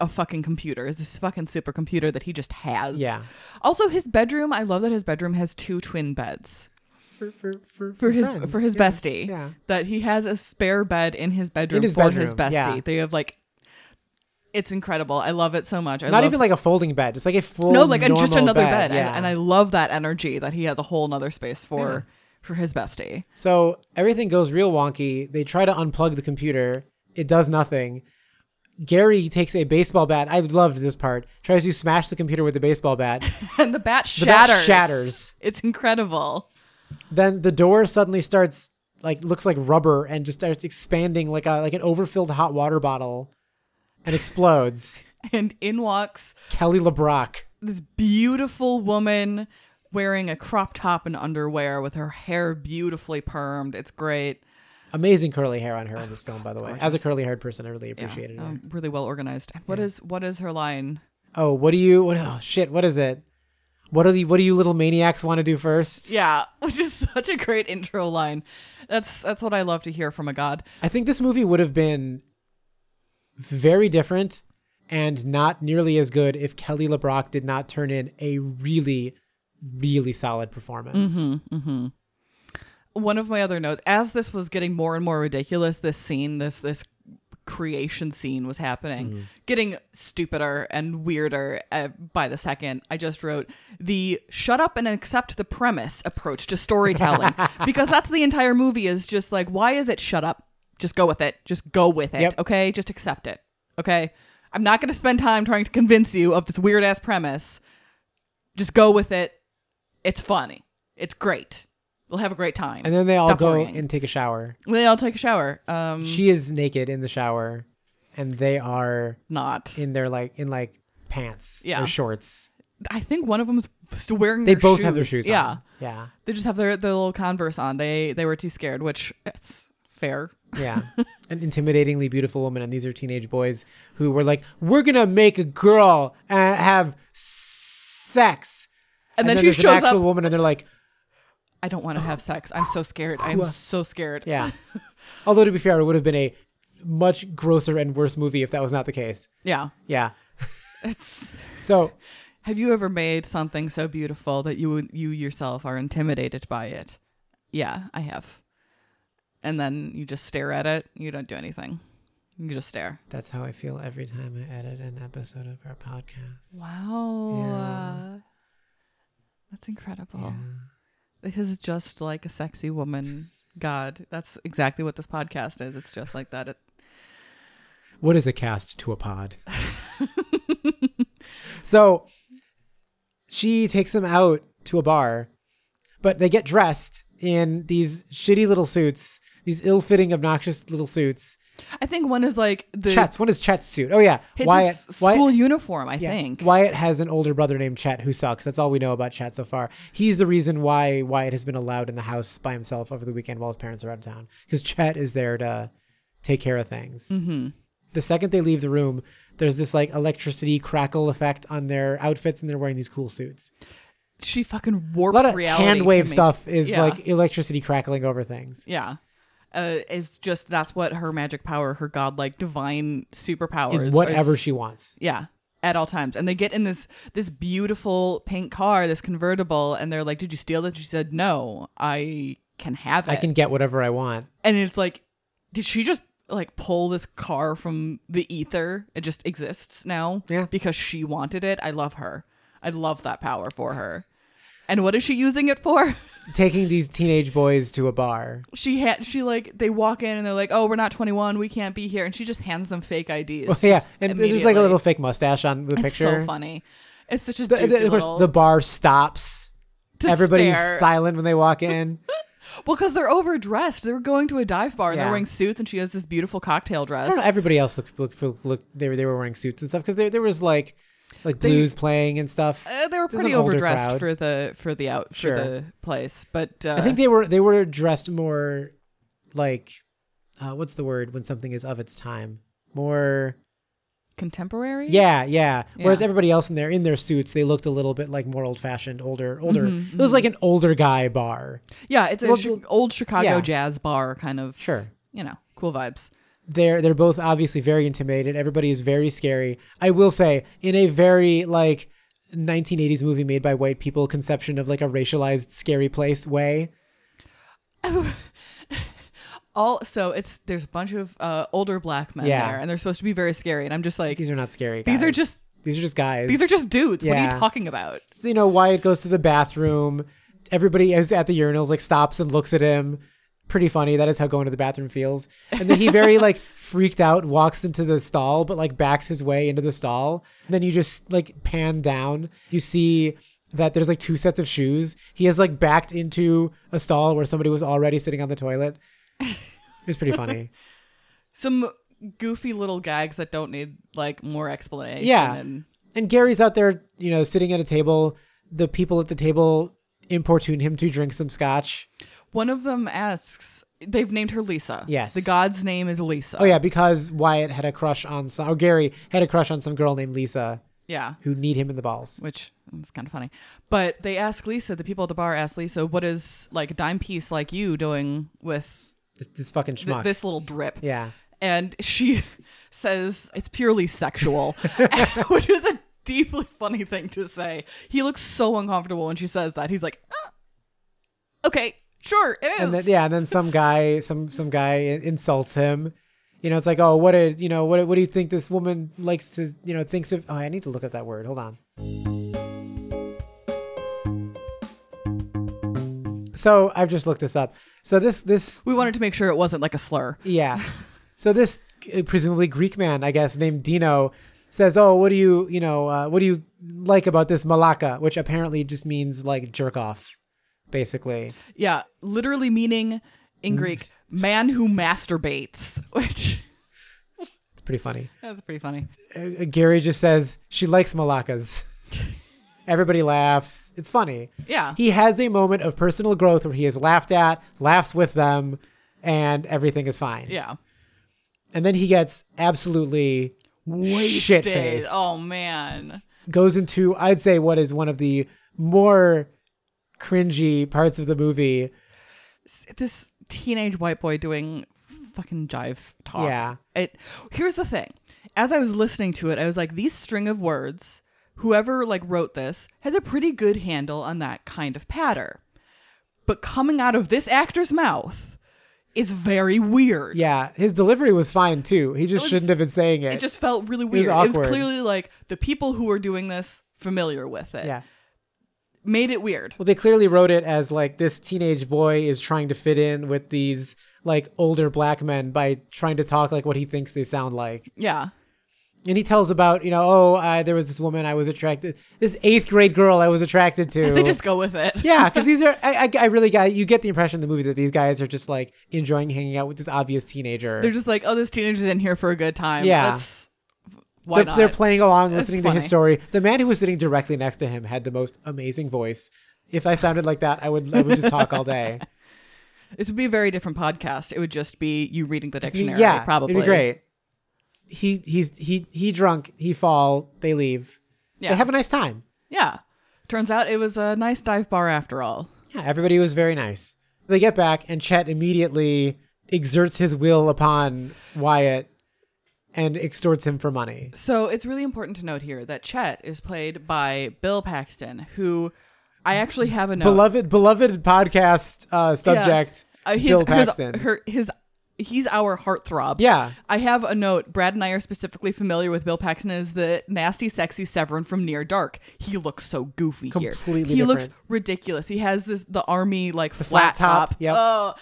a fucking computer is this fucking supercomputer that he just has Yeah. also his bedroom i love that his bedroom has two twin beds For, for, for, for his friends. for his Yeah. bestie Yeah. that he has a spare bed in his bedroom his for his bedroom, bestie yeah. they have like it's incredible i love it so much I Not love even like a folding bed, just like a full no like and just normal another bed, Yeah. And, and i love that energy that he has a whole nother space for for his bestie So everything goes real wonky. They try to unplug the computer. It does nothing. Gary takes a baseball bat. I loved this part. Tries to smash the computer with the baseball bat. and the bat bat shatters. shatters. It's incredible. then the door suddenly starts like looks like rubber and just starts expanding like a like an overfilled hot water bottle and explodes. And in walks Kelly LeBrock. this beautiful woman wearing a crop top and underwear with her hair beautifully permed. It's great. Amazing curly hair on her in this film, by the way. As a gorgeous. curly haired person, I really appreciated it. Um, really well organized. What is what is her line? Oh, what do you what oh shit, what is it? What do you what do you little maniacs want to do first? Yeah, which is such a great intro line. That's that's what I love to hear from a god. I think this movie would have been very different and not nearly as good if Kelly LeBrock did not turn in a really, really solid performance. Mm-hmm. One of my other notes, as this was getting more and more ridiculous, this scene, this this creation scene was happening, Mm. getting stupider and weirder uh, by the second. I just wrote the shut up and accept the premise approach to storytelling because that's the entire movie is just like, why is it shut up? Just go with it. Just go with it. Yep. Okay. Just accept it. Okay. I'm not going to spend time trying to convince you of this weird ass premise. Just go with it. It's funny. It's great. We'll have a great time. And then they all Stop go worrying. and take a shower. They all take a shower. Um, She is naked in the shower and they are not. in their like in like pants Yeah. or shorts. I think one of them's still wearing. They their both shoes. have their shoes Yeah, on. Yeah. they just have their their little Converse on. They they were too scared, which it's fair. Yeah. An intimidatingly beautiful woman. And these are teenage boys who were like, we're going to make a girl and have sex. And, then, there's she an shows up. actual woman and they're like, I don't want to have sex. I'm so scared. I'm so scared. yeah. Although to be fair, it would have been a much grosser and worse movie if that was not the case. yeah. Yeah. It's. So Have you ever made something so beautiful that you you yourself are intimidated by it? Yeah, I have. And then you just stare at it. You don't do anything. You just stare. that's how I feel every time I edit an episode of our podcast. Wow. Yeah. That's incredible. This is just like a sexy woman god. That's exactly what this podcast is. It's just like that. It, What is a cast to a pod? so she takes them out to a bar, but they get dressed in these shitty little suits, these ill fitting, obnoxious little suits. I think one is like the Chet's, what is Chet's suit? Oh, yeah. it's a Wyatt. s- Wyatt- school uniform, I Yeah. think. Wyatt has an older brother named Chet who sucks. That's all we know about Chet so far. He's the reason why Wyatt has been allowed in the house by himself over the weekend while his parents are out of town because Chet is there to take care of things. Mm-hmm. The second they leave the room, there's this like electricity crackle effect on their outfits, and they're wearing these cool suits. She fucking A warps lot of reality. hand wave to me. stuff is Yeah. like electricity crackling over things. Yeah. Uh, it's just that's what her magic power, her godlike divine superpower Is whatever is- she wants. Yeah. At all times. And they get in this this beautiful pink car, this convertible, and they're like, Did you steal it? She said, No, I can have it. I can get whatever I want. and it's like, did she just like pull this car from the ether? It just exists now. Yeah. Because she wanted it. I love her. I love that power for her. And what is she using it for? Taking these teenage boys to a bar. She had she like they walk in and they're like, "Oh, we're not 21, we can't be here." And she just hands them fake IDs. Oh, yeah, and there's like a immediately. little fake mustache on the It's picture. so funny. It's such a the, the- doofy of course, little- the bar stops to Everybody's stare. silent when they walk in. Well, because they're overdressed. They're going to a dive bar and Yeah. they're wearing suits, and she has this beautiful cocktail dress. I don't know. Everybody else looked looked, looked, looked- they were they were wearing suits and stuff because there there was like like blues playing and stuff. Uh, they were This is an pretty older overdressed crowd. for the for the out Sure. for the place, but uh, I think they were they were dressed more like uh, what's the word when something is of its time more contemporary. yeah yeah whereas Yeah. everybody else in there in their suits they looked a little bit like more old fashioned older older Mm-hmm, it was like an older guy bar yeah, it's a Well, chi- the- old Chicago yeah. jazz bar kind of. Sure. you know, cool vibes. they're they're both obviously very intimidated everybody is very scary I will say in a very like 1980s movie made by white people conception of like a racialized scary place way Also, it's there's a bunch of uh, older black men Yeah. there, and they're supposed to be very scary, and I'm just like, these are not scary these are guys. just these are just guys these are just dudes. What are Yeah. you talking about? So, you know, Wyatt goes to the bathroom. Everybody is at the urinals, like stops and looks at him. Pretty funny. That is how going to the bathroom feels. And then he very like freaked out, walks into the stall, but like backs his way into the stall. And then you just like pan down. You see that there's like two sets of shoes. He has like backed into a stall where somebody was already sitting on the toilet. It was pretty funny. Some goofy little gags that don't need like more explanation. Yeah. and and Gary's out there, you know, sitting at a table. The people at the table importune him to drink some scotch. one of them asks, they've named her Lisa. Yes. the god's name is Lisa. Oh yeah, because Wyatt had a crush on some, or Gary had a crush on some girl named Lisa yeah. who need him in the balls. which is kind of funny. But they ask Lisa, the people at the bar ask Lisa, what is like a dime piece like you doing with This, this fucking th- schmuck. this little drip? yeah, And she says it's purely sexual, which is a deeply funny thing to say. He looks so uncomfortable when she says that. He's like, "Uh, okay, sure, it is. and then yeah, and then some guy, some some guy in- insults him. You know, it's like, oh, what did you know? What what do you think this woman likes to you know thinks of? Oh, I need to look up that word. Hold on. So I've just looked this up. So this this we wanted to make sure it wasn't like a slur. Yeah. So this uh, presumably Greek man, I guess, named Dino, says, "Oh, what do you, you know, uh, what do you like about this malaka?" Which apparently just means like jerk off, basically. Yeah, literally meaning in Greek, man who masturbates, which It's pretty funny. that's pretty funny. Uh, Gary just says she likes malakas. Everybody laughs. It's funny. Yeah. He has a moment of personal growth where he is laughed at, laughs with them, and everything is fine. Yeah. And then he gets absolutely shit Wasted. faced. Oh man. goes into I'd say what is one of the more cringy parts of the movie. This teenage white boy doing fucking jive talk. Yeah. It here's the thing. As I was listening to it, I was like, these string of words, whoever like wrote this has a pretty good handle on that kind of patter. But coming out of this actor's mouth is very weird. Yeah, his delivery was fine too. He just was- shouldn't have been saying it. It just felt really was weird. It was, awkward. clearly like the people who were doing this familiar with it. yeah. Made it weird. Well, they clearly wrote it as like this teenage boy is trying to fit in with these like older black men by trying to talk like what he thinks they sound like. Yeah. And he tells about, you know, oh, I, there was this woman I was attracted, this eighth grade girl I was attracted to. They just go with it. yeah, because these are, I, I, I really got, you get the impression in the movie that these guys are just like enjoying hanging out with this obvious teenager. They're just like, oh, this teenager's in here for a good time. Yeah. Let's- why they're, not? they're playing along, That's listening to his funny. story. The man who was sitting directly next to him had the most amazing voice. If I sounded like that, I would I would just talk all day. This would be a very different podcast. It would just be you reading the dictionary. yeah, probably. It'd be great. He he's he he drunk. He fall. They leave. Yeah. They have a nice time. yeah. Turns out it was a nice dive bar after all. Yeah, everybody was very nice. They get back, and Chet immediately exerts his will upon Wyatt and extorts him for money. So it's really important to note here that Chet is played by Bill Paxton, who I actually have a note. Beloved beloved podcast uh, Yeah. subject Uh, his- Bill his- Paxton. her- his, he's our heartthrob. yeah. I have a note. Brad and I are specifically familiar with Bill Paxton as the nasty, sexy Severin from Near Dark. He looks so goofy here. Completely He looks different. ridiculous. He has this the army like flat flat, top, top. yep. Oh,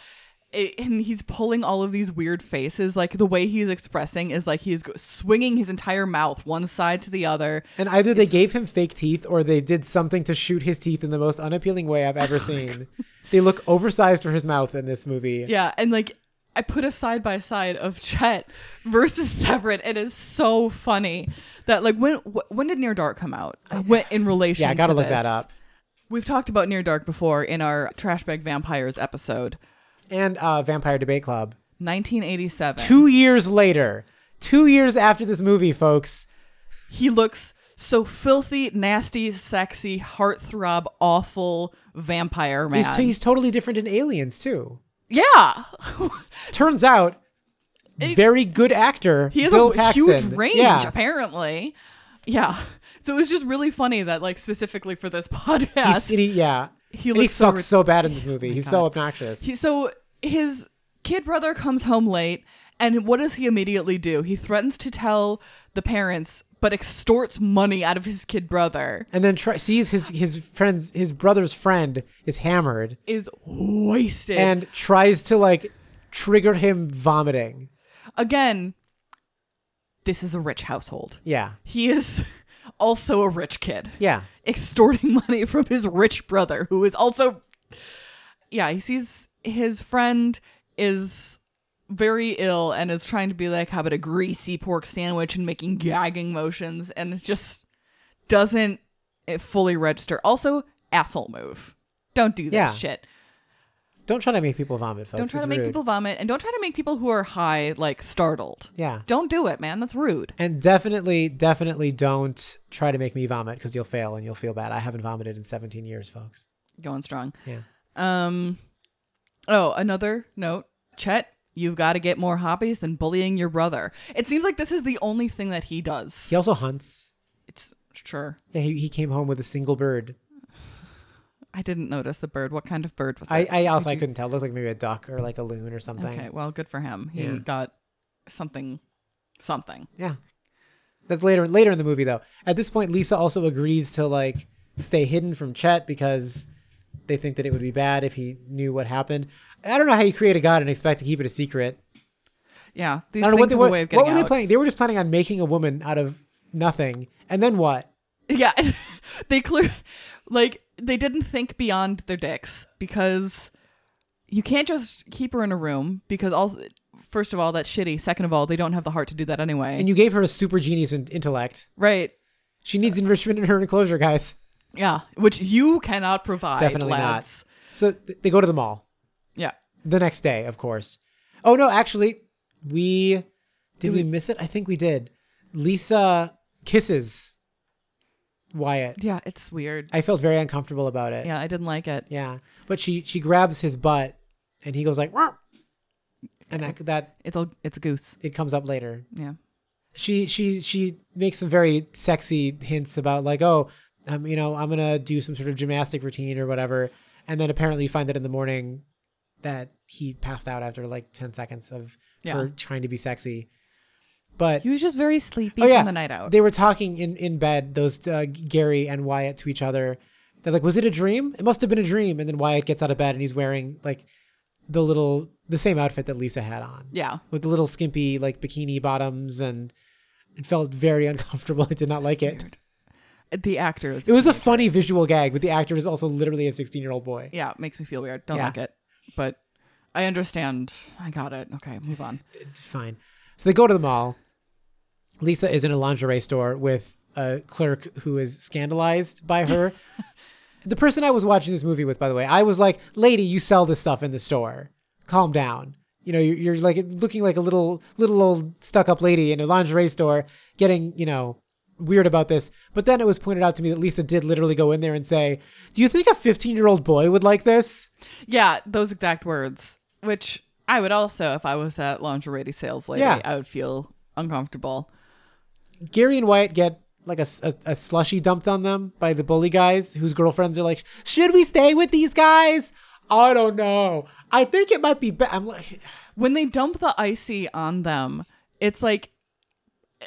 it- and he's pulling all of these weird faces. Like the way he's expressing is like he's go- swinging his entire mouth one side to the other. And either they gave him fake teeth or they did something to shoot his teeth in the most unappealing way I've Oh ever seen. They look oversized for his mouth in this movie. Yeah, and like I put a side by side of Chet versus Severin. It is so funny that like when wh- when did Near Dark come out? When in relation? Yeah, I gotta to look that this. up. We've talked about Near Dark before in our Trash Bag Vampires episode, And uh, Vampire Debate Club. 1987. Two years later, two years after this movie, folks, He looks so filthy, nasty, sexy, heartthrob, awful vampire man. he's, t- he's totally different in Aliens, too. yeah, Turns out, very good actor. he has Bill a Paxton. huge range Yeah. apparently. Yeah, so it was just really funny that like specifically for this He's- podcast, and he- yeah. He And looks so sucks rid- so bad in this movie. he's so obnoxious. He, so his kid brother comes home late, and what does he immediately do? He threatens to tell the parents, but extorts money out of his kid brother. and then try, sees his his friends his brother's friend is hammered Is wasted. and tries to like trigger him vomiting. again, this is a rich household. Yeah. He is also a rich kid. Yeah. Extorting money from his rich brother, who is also. Yeah, he sees his friend is very ill and is trying to be like, how about a greasy pork sandwich and making gagging motions, and it just doesn't it fully register. Also, asshole move. Don't do that Yeah. shit. Don't try to make people vomit, folks. Don't try It's to make rude. people vomit, and don't try to make people who are high like startled. Yeah. Don't do it, man. That's rude. And definitely, definitely don't try to make me vomit because you'll fail and you'll feel bad. I haven't vomited in 17 years, folks. Going strong. Yeah. Um Oh, another note. Chet, you've got to get more hobbies than bullying your brother. It seems like this is the only thing that he does. He also hunts. It's sure. Yeah, he, he came home with a single bird. I didn't notice the bird. What kind of bird was I, it? I also I couldn't tell. It looked like maybe a duck or like a loon or something. okay, well, good for him. He Yeah. got something something. Yeah. That's later later in the movie though. At this point Lisa also agrees to like stay hidden from Chet because they think that it would be bad if he knew what happened. I don't know how you create a god and expect to keep it a secret. Yeah, I these don't things know what they have were, a way of what getting were they out. planning? They were just planning on making a woman out of nothing. And then what? Yeah, they clear, like they didn't think beyond their dicks because you can't just keep her in a room because also, first of all, that's shitty. Second of all, they don't have the heart to do that anyway. And you gave her a super genius in- intellect. right? She needs enrichment in her enclosure, guys. Yeah, which you cannot provide. Definitely not. lads. So th- they go to the mall. Yeah, The next day, of course. Oh no, actually, we did, we, miss it? I think we did. Lisa kisses Wyatt. yeah, it's weird. I felt very uncomfortable about it. Yeah, I didn't like it. Yeah. But she she grabs his butt and he goes like "Wah!" and that that It's a it's a goose. it comes up later. Yeah, She she she makes some very sexy hints about like, oh, um, you know, I'm gonna do some sort of gymnastic routine or whatever. And then apparently you find that in the morning that he passed out after like ten seconds of Yeah. her trying to be sexy. But he was just very Oh, sleepy from the night out. They were talking in, in bed, those uh, Gary and Wyatt to each other. They're like, was it a dream? It must have been a dream. And then Wyatt gets out of bed and he's wearing like the little, the same outfit that Lisa had on yeah, with the little skimpy like bikini bottoms and it felt very uncomfortable. I did not like it. the actor is. It was a funny visual gag, but the actor was also literally a 16 year old boy. yeah, it makes me feel weird. Don't Yeah. like it, but I understand. I got it. Okay, move on. It's fine. So they go to the mall. Lisa is in a lingerie store with a clerk who is scandalized by her. the person I was watching this movie with, by the way, I was like, "Lady, you sell this stuff in the store. Calm down. You know, you're, you're like looking like a little little old stuck-up lady in a lingerie store, getting you know." Weird about this, but then it was pointed out to me that Lisa did literally go in there and say, "Do you think a 15-year-old boy would like this?" Yeah, those exact words. Which I would also, if I was that lingerie sales lady, Yeah. I would feel uncomfortable. Gary and Wyatt get like a, a, a slushy dumped on them by the bully guys whose girlfriends are like, should we stay with these guys? I don't know. I think it might be better. I'm like, When they dump the icy on them, it's like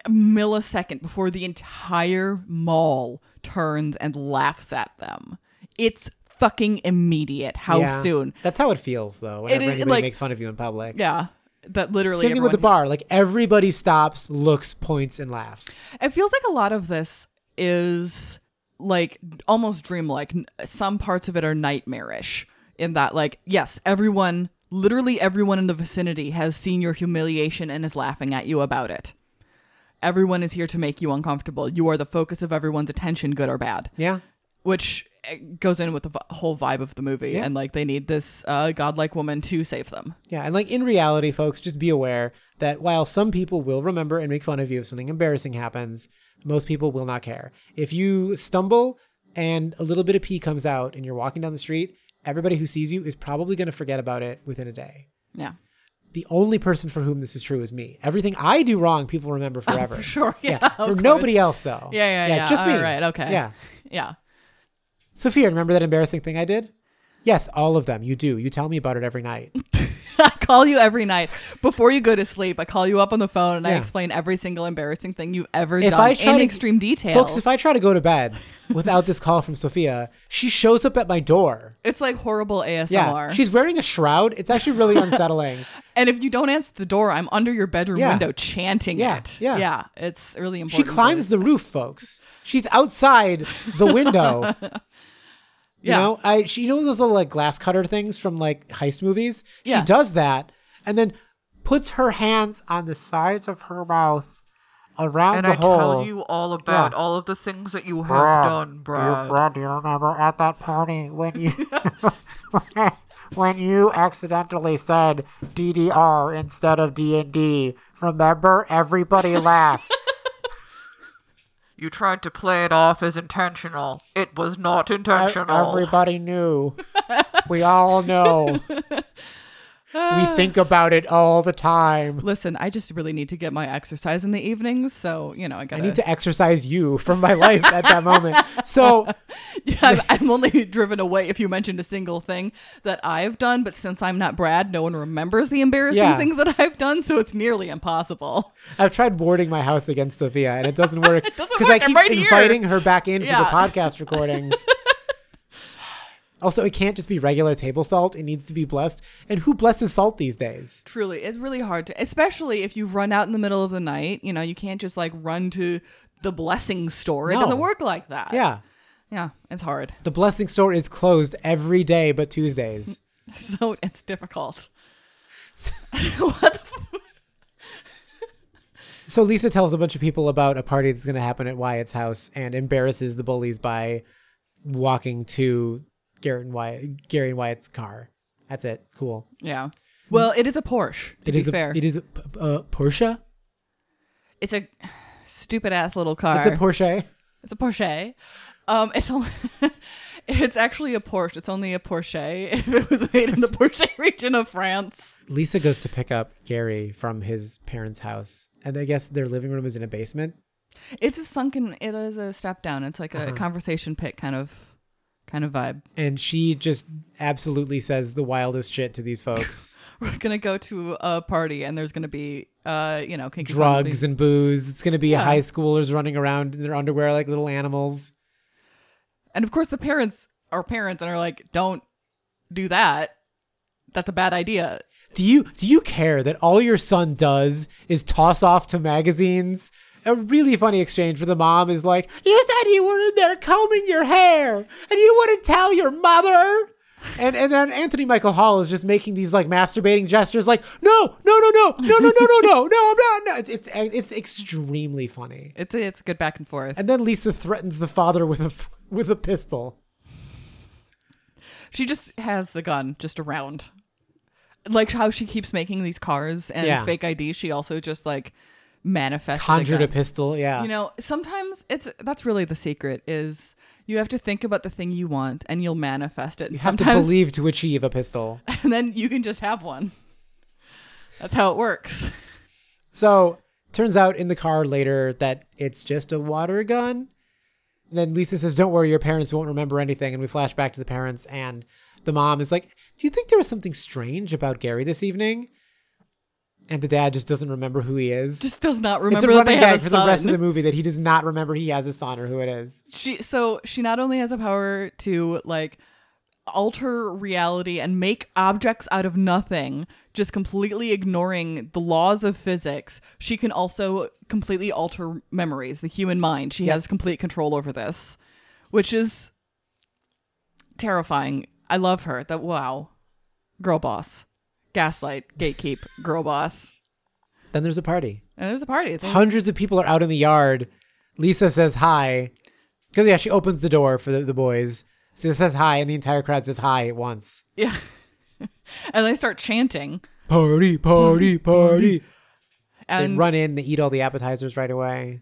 a millisecond before the entire mall turns and laughs at them. It's fucking immediate. How Yeah. soon? That's how it feels though. Whenever is, anybody like- makes fun of you in public. Yeah. That literally. Same thing with the everyone- bar. Like everybody stops, looks, points, and laughs. It feels like a lot of this is like almost dreamlike. N- Some parts of it are nightmarish in that, like, yes, everyone, literally everyone in the vicinity has seen your humiliation and is laughing at you about it. Everyone is here to make you uncomfortable. You are the focus of everyone's attention, good or bad, Yeah. which eh, goes in with the vi- whole vibe of the movie. And like, they need this uh, godlike woman to save them. Yeah, and like in reality, folks, just be aware that while some people will remember and make fun of you if something embarrassing happens, most people will not care. If you stumble and a little bit of pee comes out and you're walking down the street, everybody who sees you is probably going to forget about it within a day. Yeah. The only person for whom this is true is me. Everything I do wrong, people remember forever. For Oh, sure. Yeah. Yeah, of for course. nobody else though. Yeah. Yeah. Yeah. just me. All right. Okay. Yeah, Yeah. Sophia, remember that embarrassing thing I did? Yes, all of them. You do. You tell me about it every night. I call you every night before you go to sleep. I call you up on the phone and I Yeah. explain every single embarrassing thing you've ever If done I try in to- extreme detail. Folks, if I try to go to bed without this call from Sophia, she shows up at my door. it's like horrible ASMR. Yeah, she's wearing a shroud. It's actually really unsettling. and if you don't answer the door, I'm under your bedroom Yeah. window chanting Yeah, it. yeah. yeah. It's really she important. climbs the roof, folks. She's outside the window. You Yeah. know, I she you know those little like glass cutter things from like heist movies. Yeah. She does that and then puts her hands on the sides of her mouth around the hole. all about Yeah. all of the things that you have do you remember at that party when you when you accidentally said DDR instead of D and D? Remember, everybody laughed. You tried to play it off as intentional. It was not everybody knew. We all know. we think about it all the time. Listen, I just really need to get my exercise in the evenings, so you know I I gotta. need to exercise you from my life at that moment. So Yeah, I'm, I'm only driven away if you mentioned a single thing that I've done, but since I'm not Brad, no one remembers the embarrassing Yeah. things that I've done, so it's nearly impossible. I've tried warding my house against Sophia, and it doesn't work doesn't I work. I'm keep right here. inviting her back in Yeah. for the podcast recordings. also, it can't just be regular table salt; it needs to be blessed. And who blesses salt these days? Truly, it's really hard to, especially if you run out in the middle of the night. You know, you can't just like run to the blessing store. It No. doesn't work like that. Yeah, yeah, it's hard. the blessing store is closed every day but Tuesdays. So it's difficult. what? The So Lisa tells a bunch of people about a party that's going to happen at Wyatt's house and embarrasses the bullies by walking to Garrett and Wyatt, Gary and Wyatt's car. That's it. Cool. yeah. Well, it is a Porsche. To It be is a, fair. It is a p- uh, Porsche. it's a stupid ass little car. It's a Porsche. It's a Porsche. Um, it's only, it's actually a Porsche. It's only a Porsche if it was made in the Porsche region of France. Lisa goes to pick up Gary from his parents' house, and I guess their living room is in a basement. It's a sunken. It is a step down. It's like a conversation pit kind of, kind of vibe. And she just absolutely says the wildest shit to these folks: We're gonna go to a party and there's gonna be, uh, you know, kinky drugs zombies. and booze. It's gonna be high schoolers running around in their underwear like little animals. and of course the parents are parents and are like, don't do that. That's a bad idea. Do you do you care that all your son does is toss off to magazines? A really funny exchange where the mom is like, "You said you were in there combing your hair, and you wouldn't tell your mother." And and then Anthony Michael Hall is just making these like masturbating gestures, like, "No, no, no, no, no, no, no, no, no, no, I'm not." No. It's, it's it's extremely funny. It's it's good back and forth. And then Lisa threatens the father with a with a pistol. She just has the gun just around. Like how she keeps making these cars and Yeah. fake ID, she also just like manifests Conjured the a gun. pistol, yeah. You know, sometimes it's that's really the secret is you have to think about the thing you want and you'll manifest it. you have to Sometimes- believe to achieve a pistol. and then you can just have one. That's how it works. So turns out in the car later that it's just a water gun. And then Lisa says, "Don't worry, your parents won't remember anything." And we flash back to the parents, and the mom is like, "Do you think there was something strange about Gary this evening?" And the dad just doesn't remember who he is. Just does not it's remember a that they running gag have a for the rest of son. the movie that he does not remember he has a son or who it is. she so she not only has a power to like alter reality and make objects out of nothing, just completely ignoring the laws of physics, she can also completely alter memories, the human mind. She has complete control over this, which is terrifying. I love her. That wow. Girl boss. Gaslight, gatekeep, girl boss. Then there's a party. And there's a party. They- Hundreds of people are out in the yard. Lisa says hi. Because, yeah, she opens the door for the, the boys. So says hi, and the entire crowd says hi at once. yeah. and they start chanting. Party, party, party. And they run in, they eat all the appetizers right away.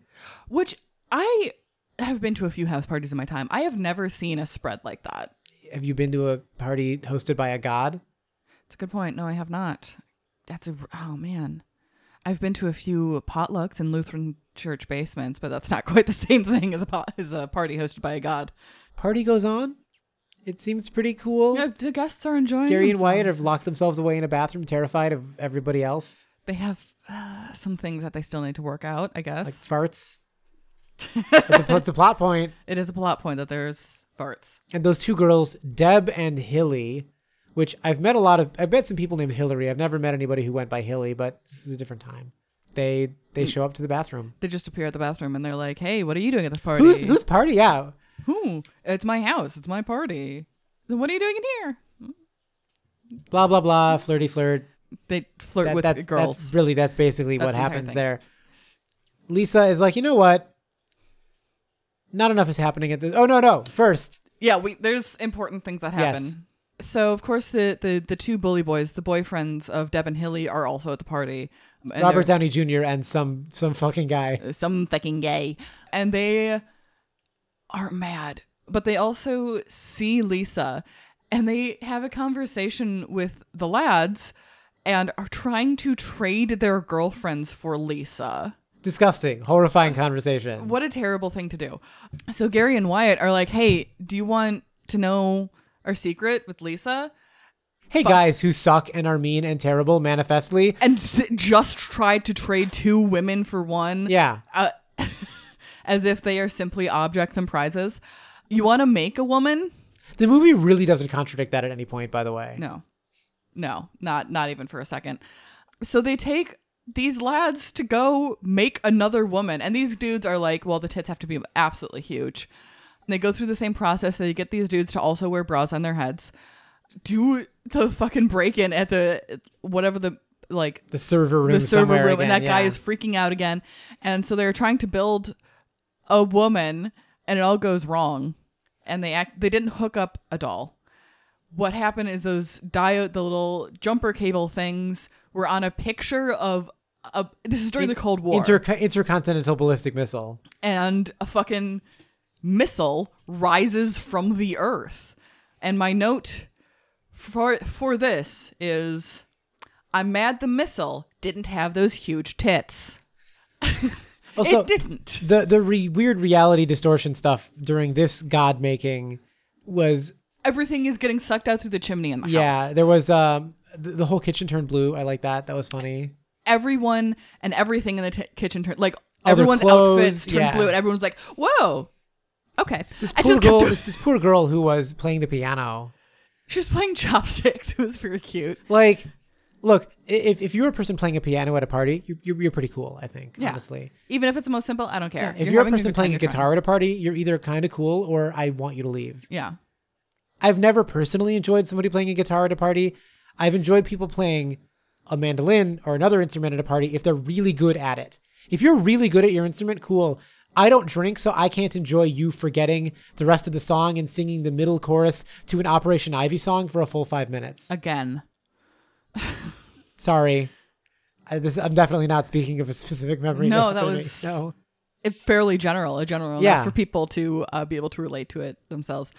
which I have been to a few house parties in my time. I have never seen a spread like that. Have you been to a party hosted by a god? It's a good point. No, I have not. That's a oh man. I've been to a few potlucks in Lutheran church basements, but that's not quite the same thing as a pot, as a party hosted by a god. Party goes on. It seems pretty cool. Yeah, the guests are enjoying. Gary and Wyatt themselves. have locked themselves away in a bathroom, terrified of everybody else. They have uh, some things that they still need to work out. I Like guess farts. that's, a, that's a plot point. it is a plot point that there's farts. And those two girls, Deb and Hilly, which I've met a lot of. I've met some people named Hillary. I've never met anybody who went by Hilly, but this is a different time. They they show up to the bathroom. They just appear at the bathroom and they're like, "Hey, what are you doing at this party? Who's who's party? Yeah, Who? It's my house. It's my party. Then what are you doing in here?" blah blah blah, flirty flirt. They flirt That- with that's, the girls. That's really that's basically That's what the entire happens thing. there. Lisa is like, you know what? Not enough is happening at this. Oh no no! First, Yeah, we there's important things that happen. Yes. So of course the, the the two bully boys, the boyfriends of Deb and Hilly, are also at the party. And Robert they're- Downey Jr. and some some fucking guy. some fucking gay, and they are mad, but they also see Lisa, and they have a conversation with the lads, and are trying to trade their girlfriends for Lisa. Disgusting, horrifying conversation. What a terrible thing to do. So Gary and Wyatt are like, "Hey, do you want to know our secret with Lisa?" Hey guys who suck and are mean and terrible manifestly. and s- just tried to trade two women for one Yeah. uh, as if they are simply objects and prizes you want to make a woman The movie really doesn't contradict that at any point, by the way. no no not not even for a second so they take these lads to go make another woman and these dudes are like well the tits have to be absolutely huge and they go through the same process they get these dudes to also wear bras on their heads do the fucking break in at the whatever the like The server room. the server somewhere room again, and that guy yeah. is freaking out again and so they're trying to build a woman and it all goes wrong and they act they didn't hook up a doll what happened is those diode the little jumper cable things were on a picture of a this is during the cold war Inter- intercontinental ballistic missile. and a fucking missile rises from the earth. And my note for for this is I'm mad the missile didn't have those huge tits. Also, it didn't. the the re- weird reality distortion stuff during this god making was Everything is getting sucked out through the chimney in the yeah. house. There was um the, the whole kitchen turned blue. I like that. That was funny. Everyone and everything in the t- kitchen turned like their everyone's clothes, outfits turned yeah. blue and everyone's like, "Whoa." Okay. This I poor just girl. kept doing- This, this poor girl who was playing the piano. she was playing chopsticks. It was very cute. Like, look, i- if if you're a person playing a piano at a party, you're you're, you're pretty cool. I think Yeah. honestly. Even if it's the most simple, I don't care. If you're, a having person good time, playing a you're trying. guitar at a party, you're either kind of cool or I want you to leave. Yeah. I've never personally enjoyed somebody playing a guitar at a party. I've enjoyed people playing a mandolin or another instrument at a party if they're really good at it. If you're really good at your instrument, cool. I don't drink, so I can't enjoy you forgetting the rest of the song and singing the middle chorus to an Operation Ivy song for a full five minutes. Again. Sorry. I, this, I'm definitely not speaking of a specific memory. No, of that the was- thing. No. it fairly general, a general enough Yeah. for people to uh, be able to relate to it themselves.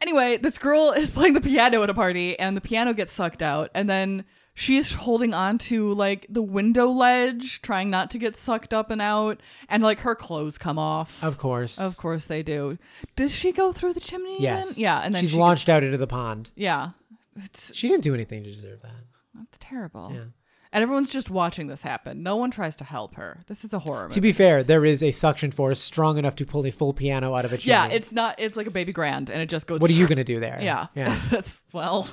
Anyway, this girl is playing the piano at a party, and the piano gets sucked out, and then she's holding on to like the window ledge, trying not to get sucked up and out, and like her clothes come off. Of course. Of course they do. Does she go through the chimney? then? Yes. Yeah, and then she's she launched gets- out into the pond. yeah, it's She didn't do anything to deserve that. that's terrible. Yeah. And everyone's just watching this happen. No one tries to help her. This is a horror movie. To be fair, there is a suction force strong enough to pull a full piano out of a chimney. yeah, it's not. It's like a baby grand, and it just goes. what are you gonna do there? Yeah. yeah. That's well.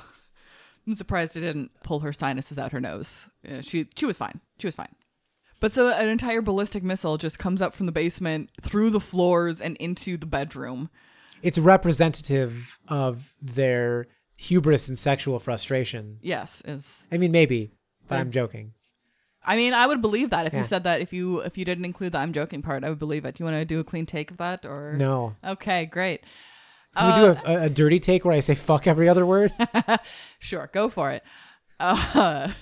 I'm surprised it didn't pull her sinuses out her nose. Yeah, she she was fine. She was fine. But so an entire ballistic missile just comes up from the basement through the floors and into the bedroom. It's representative of their hubris and sexual frustration. Yes, is I mean, maybe, but I'm joking. I mean I would believe that if Yeah. you said that if you if you didn't include the I'm joking part I would believe it. Do you want to do a clean take of that or No, Okay, great. can we Uh, do a, a, a dirty take where I say fuck every other word? Sure, go for it. Uh,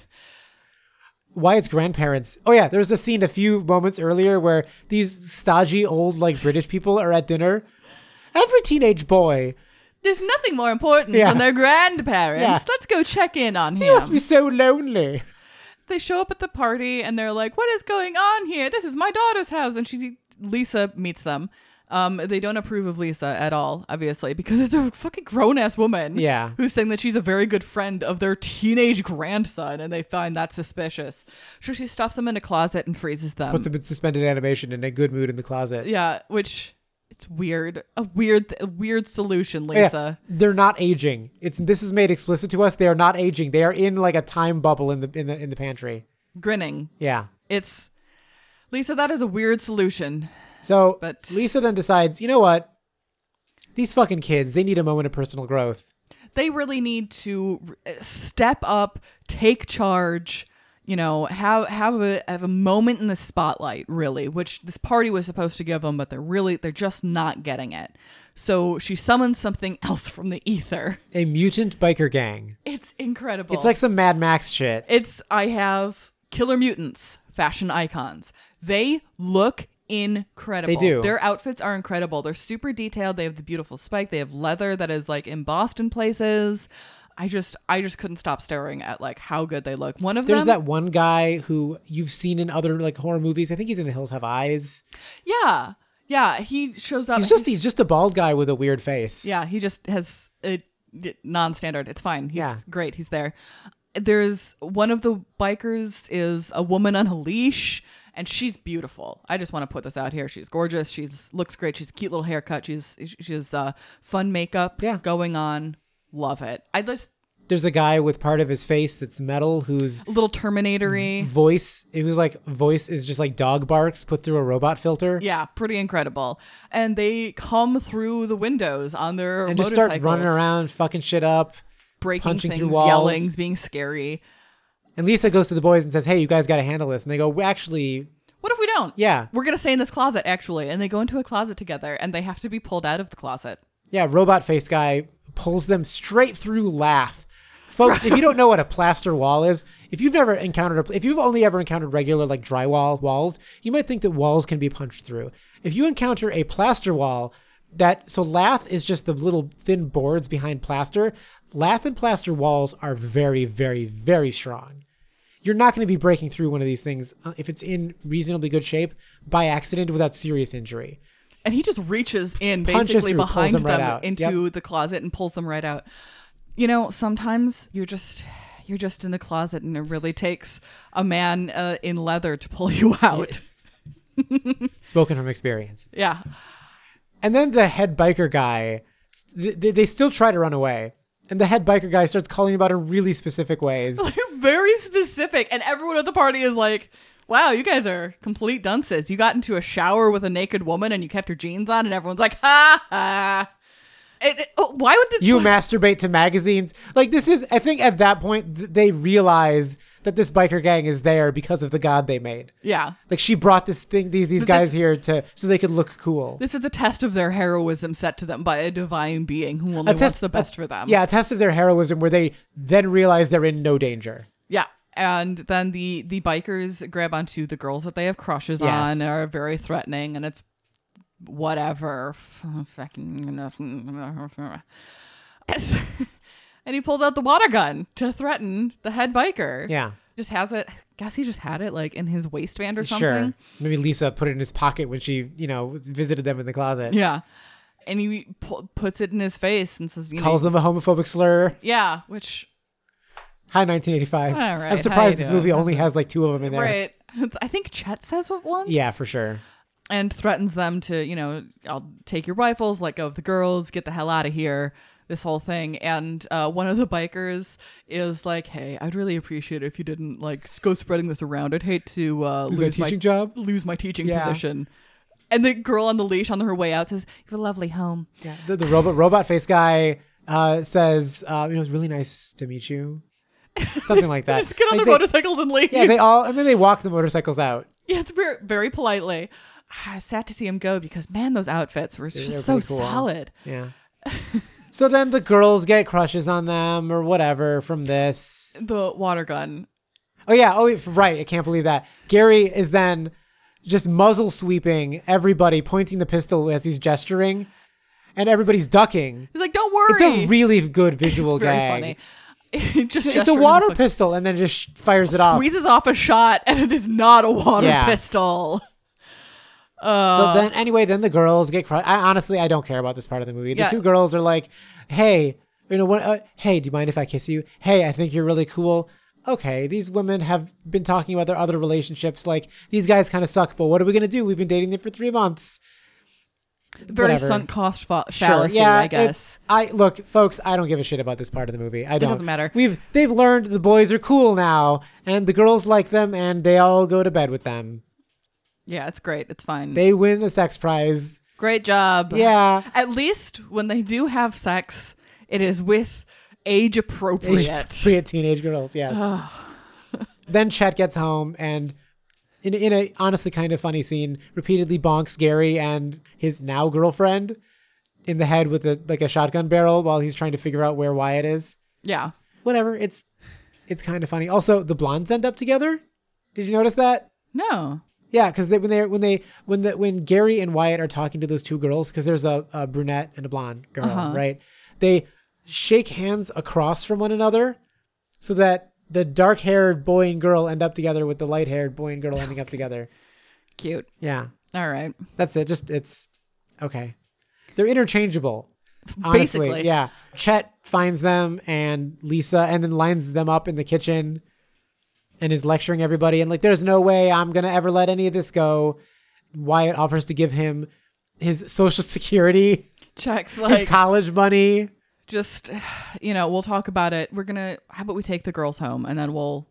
Wyatt's grandparents. Oh yeah, there's a scene a few moments earlier where these stodgy old like British people are at dinner. Every teenage boy there's nothing more important Yeah. than their grandparents. Yeah. Let's go check in on him. they must be so lonely. they show up at the party and they're like, "What is going on here? This is my daughter's house." And she, Lisa, meets them. Um, they don't approve of Lisa at all, obviously, because it's a fucking grown ass woman. Yeah. who's saying that she's a very good friend of their teenage grandson, and they find that suspicious. So she stuffs them in a closet and freezes them. Puts them in suspended animation in a good mood in the closet. yeah, which it's weird, a weird, a weird solution, Yeah, Lisa. they're not aging. It's this is made explicit to us. They are not aging. They are in like a time bubble in the in the in the pantry. Grinning. Yeah. It's Lisa. That is a weird solution. So But- Lisa then decides, you know what? These fucking kids, they need a moment of personal growth. they really need to uh, step up, take charge, you know, have have a have a moment in the spotlight really, which this party was supposed to give them, but they're really they're just not getting it. So she summons something else from the ether. A mutant biker gang. It's incredible. It's like some Mad Max shit. it's I have killer mutants, fashion icons. They look incredible. They do. Their outfits are incredible. They're super detailed. They have the beautiful spike. They have leather that is like embossed in places. I just I just couldn't stop staring at like how good they look. One of There's them that one guy who you've seen in other like horror movies. I think he's in The Hills Have Eyes. Yeah. Yeah, he shows up. He's just he's just a bald guy with a weird face. Yeah, he just has a d- non-standard. It's fine. He's Yeah. great. He's there. There's one of the bikers is a woman on a leash, and she's beautiful. I just want to put this out here. She's gorgeous. She's looks great. She's a cute little haircut. She's she has uh, fun makeup Yeah. going on. Love it. I just There's a guy with part of his face that's metal whose a little Mm-hmm. Terminatory. voice it was like voice is just like dog barks put through a robot filter. Yeah, pretty incredible. And they come through the windows on their and just start running motorcycles, around, fucking shit up. breaking punching things, through walls. yelling, being scary. And Lisa goes to the boys and says, "Hey, you guys got to handle this." And they go, well, "Actually, What if we don't? yeah, We're gonna stay in this closet actually, and they go into a closet together, and they have to be pulled out of the closet. yeah." Robot face guy pulls them straight through lath. Folks, if you don't know what a plaster wall is, if you've never encountered a, if you've only ever encountered regular like drywall walls, you might think that walls can be punched through. If you encounter a plaster wall, that so lath is just the little thin boards behind plaster. Lath and plaster walls are very, very, very strong. you're not going to be breaking through one of these things uh, if it's in reasonably good shape by accident without serious injury. And he just reaches in Punches basically through, pulls behind them them, right out. into the closet and pulls them right out. You know, sometimes you're just you're just in the closet, and it really takes a man uh, in leather to pull you out. Spoken from experience. Yeah, And then the head biker guy, th- th- they still try to run away. And the head biker guy starts calling him out in really specific ways. very specific. And everyone at the party is like, "Wow, you guys are complete dunces. You got into a shower with a naked woman, and you kept your jeans on." And everyone's like, "Ha ha." It, it- oh, why would this? You masturbate to magazines. Like, this is, I think at that point, th- they realize that this biker gang is there because of the god they made. yeah. Like, she brought this thing, these, these guys here to, so they could look cool. This is a test of their heroism set to them by a divine being who only wants the best a- for them. Yeah, a test of their heroism where they then realize they're in no danger. Yeah. And then the the bikers grab onto the girls that they have crushes Yes. on are very threatening and it's whatever. F- Fucking Yes. And he pulls out the water gun to threaten the head biker. Yeah. Just has it I guess he just had it like in his waistband or something. Sure. Maybe Lisa put it in his pocket when she, you know, visited them in the closet. Yeah. And he pu- puts it in his face and says, you know, Calls them a homophobic slur. Yeah, which Hi, 1985. All right, how I'm you surprised this doing? movie only has like two of them in there. Right. I think Chet says what once. Yeah, for sure. and threatens them to, you know, I'll take your rifles, let go of the girls, get the hell out of here, this whole thing. And uh, one of the bikers is like, hey, I'd really appreciate it if you didn't, like, s- go spreading this around. I'd hate to uh, Is my lose, my, teaching job. lose my teaching Yeah. position. And the girl on the leash on her way out says, you have a lovely home. Yeah. The, the robot robot face guy uh, says, uh, you know, it's really nice to meet you. Something like that. Just get Like, on their they- motorcycles and leave. Yeah, they all and then they walk the motorcycles out. Yeah, it's very, very politely. I sad to see him go because, man, those outfits were they're just so pretty cool. solid. Yeah. so then the girls get crushes on them or whatever from this. The water gun. Oh yeah. Oh right. I can't believe that Gary is then just muzzle sweeping everybody, pointing the pistol as he's gesturing, and everybody's ducking. He's like, don't worry. It's a really good visual It's very gag. funny. It just It's a gestured water and pistol, and then just sh- fires it off. Squeezes off a shot, and it is not a water Yeah. pistol. So then, anyway, then the girls get crushed. I, honestly, I don't care about this part of the movie. The Yeah. two girls are like, "Hey, you know what? Uh, hey, do you mind if I kiss you? Hey, I think you're really cool." Okay, these women have been talking about their other relationships. Like these guys kind of suck, but what are we gonna do? We've been dating them for three months. Very Whatever. sunk cost fa- fallacy, I it's- guess. I look, folks. I don't give a shit about this part of the movie. I don't. doesn't matter. We've they've learned the boys are cool now, and the girls like them, and they all go to bed with them. Yeah, it's great. It's fine. They win the sex prize. great job. Yeah. At least when they do have sex, it is with age appropriate. Three teenage girls, yes. then Chet gets home and in in a honestly kind of funny scene, repeatedly bonks Gary and his now girlfriend in the head with a like a shotgun barrel while he's trying to figure out where Wyatt is. Yeah. Whatever, it's it's kind of funny. Also, the blondes end up together. Did you notice that? No. Yeah, because they, when they when they when the when Gary and Wyatt are talking to those two girls, because there's a, a brunette and a blonde girl, right? They shake hands across from one another, so that the dark-haired boy and girl end up together with the light-haired boy and girl ending up together. Cute. Yeah, All right. that's it. Just it's okay. They're interchangeable. Honestly, Basically. yeah. Chet finds them and Lisa, and then lines them up in the kitchen, and is lecturing everybody. And like, there's no way I'm gonna ever let any of this go. Wyatt offers to give him his social security, Checks his like college money. just you know, we'll talk about it. We're gonna how about we take the girls home and then we'll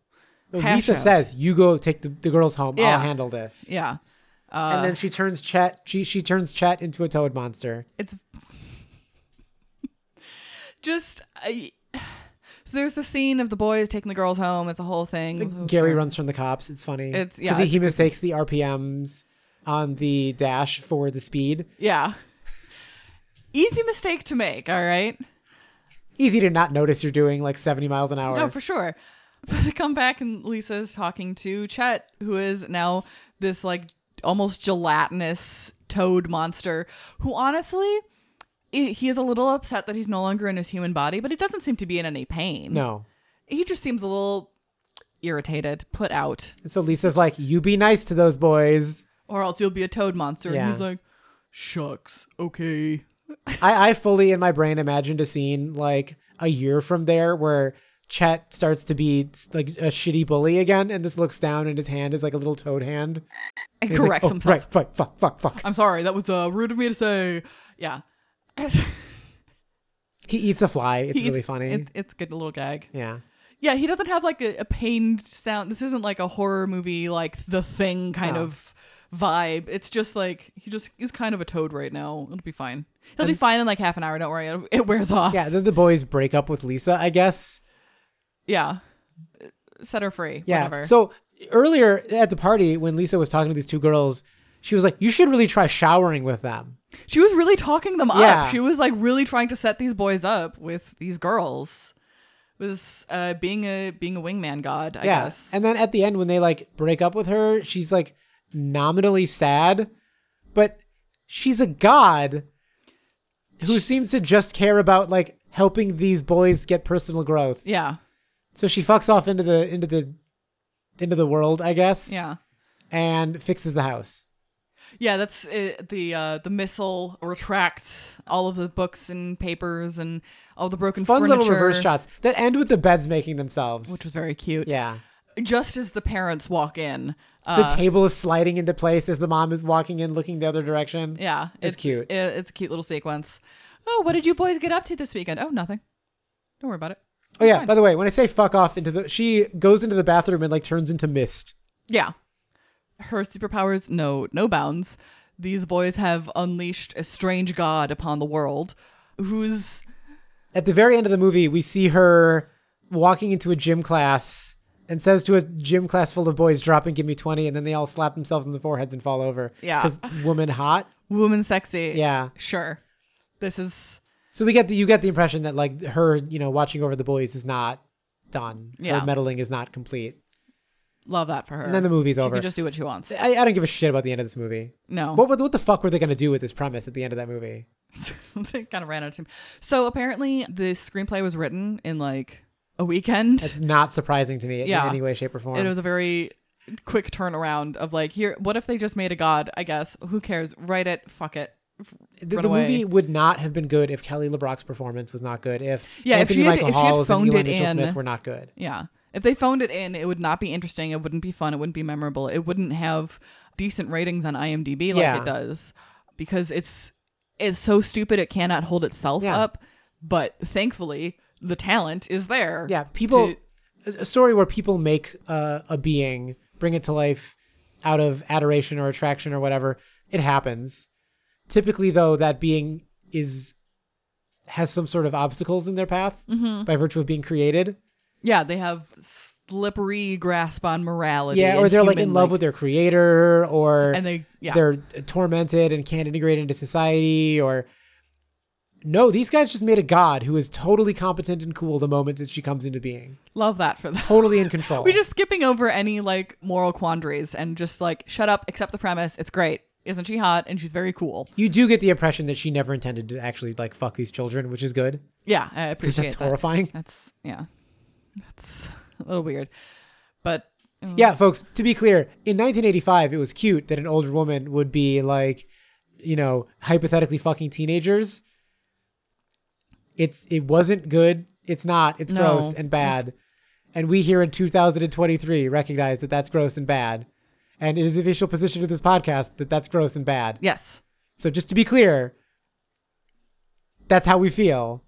hash Lisa out. says, "You go take the, the girls home. Yeah. Uh. I'll handle this." Yeah. and then she turns Chet. She she turns Chet into a toad monster. it's just I, so there's the scene of the boys taking the girls home it's a whole thing Gary runs from the cops. It's funny. Oh, It's- yeah, he, it's he mistakes the RPMs on the dash for the speed. yeah easy mistake to make all right Easy to not notice you're doing like 70 miles an hour. oh for sure but they come back and lisa is talking to chet who is now this like almost gelatinous toad monster who honestly i he is a little upset that he's no longer in his human body but he doesn't seem to be in any pain no. he just seems a little irritated put out And so Lisa's like, "You be nice to those boys." or else you'll be a toad monster. Yeah. And he's like, shucks, okay. I I fully in my brain imagined a scene like a year from there where Chet starts to be like a shitty bully again and just looks down and his hand is like a little toad hand. And He's like, corrects "Oh, himself. Right, fuck, fuck, fuck, fuck. I'm sorry, that was uh, rude of me to say. Yeah. it's He eats a fly. It's really funny. It's, it's a good little gag. yeah. Yeah, he doesn't have like a, a pained sound. This isn't like a horror movie, like the thing kind No. of vibe. It's just like he just is kind of a toad right now. It'll be fine. He'll be fine in like half an hour. Don't worry, it, it wears off. Yeah, then the boys break up with Lisa, I guess. yeah. Set her free. Yeah. Whatever. So earlier at the party, when Lisa was talking to these two girls, she was like, "You should really try showering with them." She was really talking them Yeah. up. She was like really trying to set these boys up with these girls. Was uh, being a being a wingman god, I yeah. guess. And then at the end, when they like break up with her, she's like nominally sad, but she's a god who seems to just care about like helping these boys get personal growth. yeah, So she fucks off into the into the into the world, I guess. yeah. And fixes the house. Yeah, that's it. the uh, the missile retracts all of the books and papers and all the broken Fun furniture, little reverse shots that end with the beds making themselves. which was very cute. yeah. Just as the parents walk in, uh, The table is sliding into place as the mom is walking in, looking the other direction. yeah, It's cute. i- it's a cute little sequence. Oh, what did you boys get up to this weekend? Oh, nothing. Don't worry about it. Oh yeah. Fine. By the way, when I say fuck off into the, she goes into the bathroom and like turns into mist. Yeah. Her superpowers know no bounds. These boys have unleashed a strange god upon the world who's At the very end of the movie, we see her walking into a gym class and says to a gym class full of boys, "Drop and give me 20. and then they all slap themselves in the foreheads and fall over. Yeah. because woman hot. woman sexy. Yeah. Sure. This is So we get the you get the impression that like her, you know, watching over the boys is not done. Yeah. Her meddling is not complete. love that for her. And then the movie's she over. can just do what she wants. I, I don't give a shit about the end of this movie. No. What, what what the fuck were they gonna do with this premise at the end of that movie? they kind of ran out of time. So apparently the screenplay was written in like a weekend. That's not surprising to me Yeah. in any way, shape, or form. it was a very quick turnaround of like here what if they just made a god, I guess. Who cares? Write it, fuck it. the, run the away. movie would not have been good if Kelly LeBrock's performance was not good. If Yeah, if Anthony she had- Michael if she had Hall's and phoned Eli it Mitchell in. Smith were not good. Yeah. If they phoned it in, it would not be interesting. It wouldn't be fun. It wouldn't be memorable. It wouldn't have decent ratings on IMDb like Yeah. it does because it's it's so stupid it cannot hold itself Yeah. up. But thankfully, the talent is there. Yeah, people to- a a story where people make uh, a being, bring it to life out of adoration or attraction or whatever. It happens. Typically, though, that being is has some sort of obstacles in their path Mm-hmm. by virtue of being created. yeah, they have slippery grasp on morality. Yeah, or and they're like in human, love with their creator, or and they yeah they're tormented and can't integrate into society or no these guys just made a god who is totally competent and cool the moment that she comes into being love that for them. totally in control We're just skipping over any like moral quandaries and just like shut up, accept the premise. It's great. Isn't she hot? And she's very cool. you do get the impression that she never intended to actually like fuck these children which is good Yeah, because I appreciate that's that. horrifying That's yeah. That's a little weird. But mm, yeah folks to be clear in 1985 it was cute that an older woman would be like you know hypothetically fucking teenagers it's it wasn't good it's not it's No, gross and bad and we here in 2023 recognize that that's gross and bad and it is the official position of this podcast that that's gross and bad yes. so just to be clear that's how we feel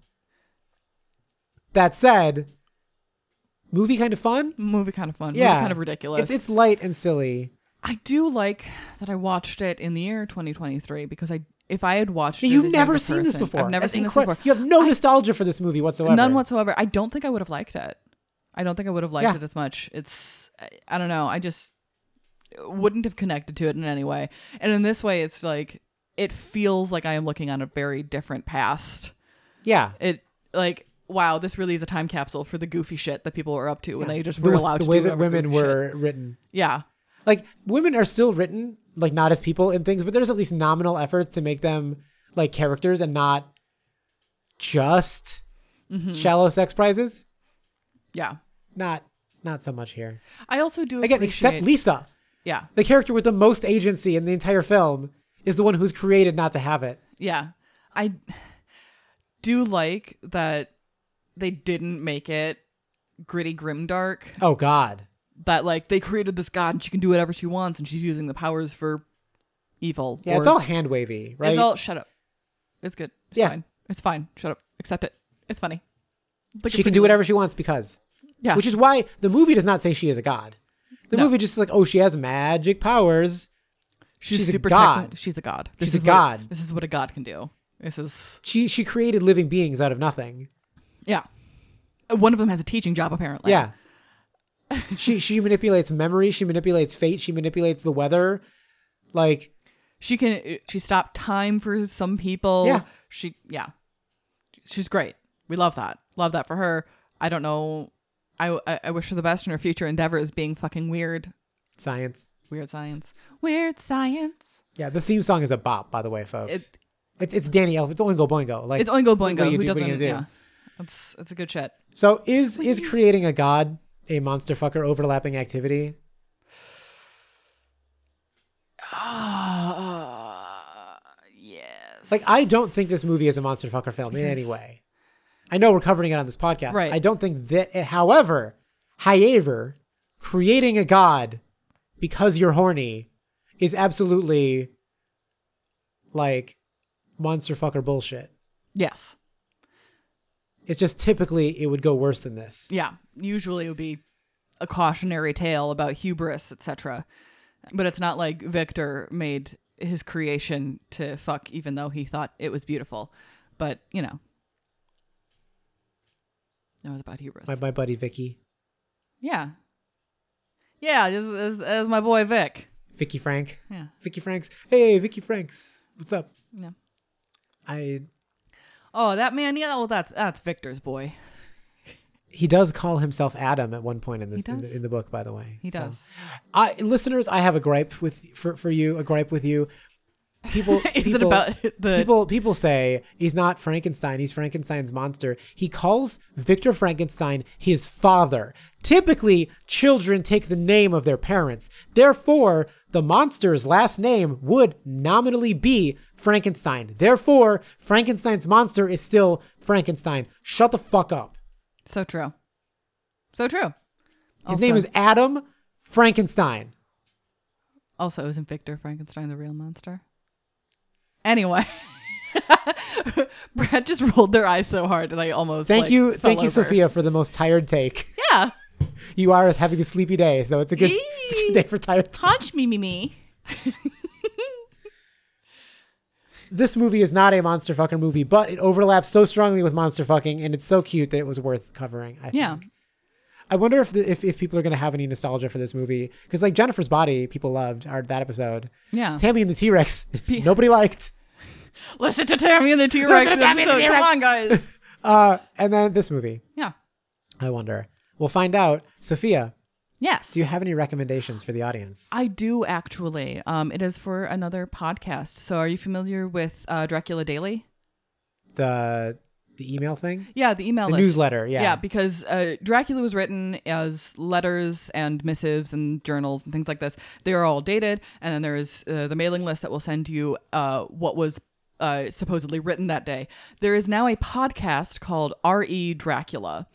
that said movie kind of fun Movie kind of fun. movie yeah kind of ridiculous. it's, it's light and silly I do like that I watched it in the year 2023 because I if I had watched it You've as a never younger seen this person- before. I've never That's seen incre- this before. You have no nostalgia for this movie whatsoever. None whatsoever. I don't think I would have liked it. I don't think I would have liked Yeah. it as much. It's I, I don't know. I just wouldn't have connected to it in any way. And in this way it's like it feels like I am looking on a very different past. Yeah. it like wow this really is a time capsule for the goofy shit that people were up to when they just The were w- allowed the to way do that whatever women goofy shit. were written. yeah Like women are still written like not as people in things, but there's at least nominal efforts to make them like characters and not just Mm-hmm. shallow sex prizes. yeah Not not so much here. i also do Again, except appreciate- Lisa, yeah the character with the most agency in the entire film, is the one who's created not to have it. yeah i do like that they didn't make it gritty grimdark Oh God. that like they created this god and she can do whatever she wants and she's using the powers for evil Yeah, or- it's all hand wavy, right? it's all shut up it's good it's Yeah. fine it's fine shut up accept it it's funny Look she at can Britney. do whatever she wants because. yeah Which is why the movie does not say she is a god. The No. movie just is like, oh, she has magic powers. She's, She's a super god. techni- she's a god. She's a is what- god. this is what a god can do. This is She she created living beings out of nothing. yeah. One of them has a teaching job apparently. yeah. she she manipulates memory, she manipulates fate, she manipulates the weather. Like She can she stopped time for some people. Yeah. She yeah. She's great. We love that. Love that for her. I don't know. I I, I wish her the best in her future endeavors being fucking weird. science. Weird science. Weird science. Yeah, the theme song is a bop, by the way, folks. It's It's it's, Danny Elf. It's Oingo Boingo. Like it's Oingo what Boingo you who do, what you doesn't do. yeah. It's it's a good shit. So is is creating a god a monster fucker overlapping activity? Uh, Ah, Like I don't think this movie is a monster fucker film in any way. I know we're covering it on this podcast. Right. I don't think that. However, however, creating a god because you're horny is absolutely like monster fucker bullshit. Yes. It's just typically it would go worse than this. Yeah. Usually it would be a cautionary tale about hubris, etc. But it's not like Victor made his creation to fuck, even though he thought it was beautiful. But, you know, it was about hubris. My my buddy Vicky, yeah. Yeah, this is, this is my boy Vic. Vicky Frank, Yeah. Vicky Franks. Hey, Vicky Franks, what's up? Yeah. I Oh, that man. Yeah, well, that's that's Victor's boy. he does call himself Adam at one point in this in, does. the, in the book, by the way. He So- does. I, listeners, I have a gripe with for, for you, a gripe with you. People, Is people, it about the? people? People say he's not Frankenstein. He's Frankenstein's monster. He calls Victor Frankenstein his father. Typically, children take the name of their parents. Therefore, the monster's last name would nominally be Frankenstein. Therefore, Frankenstein's monster is still Frankenstein. Shut the fuck up. so true. So true. His name is Adam Frankenstein. Also, isn't Victor Frankenstein the real monster? Anyway, Brad just rolled their eyes so hard and I almost. Thank like, you, fell thank you, over. Sophia, for the most tired take. Yeah, You are having a sleepy day, so it's a good, it's a good day for tired. T- punch me, me, me. this movie is not a monster fucking movie, but it overlaps so strongly with monster fucking, and it's so cute that it was worth covering. I Yeah, think. I wonder if the, if if people are gonna have any nostalgia for this movie because like Jennifer's Body, people loved our that episode. yeah. Tammy and the T Rex, Yeah. nobody liked. Listen to Tammy and the T Rex Listen to Tammy and the episode. Come T-Rex. on, guys. Uh, and then this movie, Yeah. I wonder. We'll find out. Sophia, Yes. do you have any recommendations for the audience? I do actually. Um, it is for another podcast. So, are you familiar with uh, Dracula Daily? The the email thing, Yeah, the email the list. newsletter, Yeah, because uh, Dracula was written as letters and missives and journals and things like this. They are all dated, and then there is uh, the mailing list that will send you uh, what was uh, supposedly written that day. There is now a podcast called R.E. Dracula,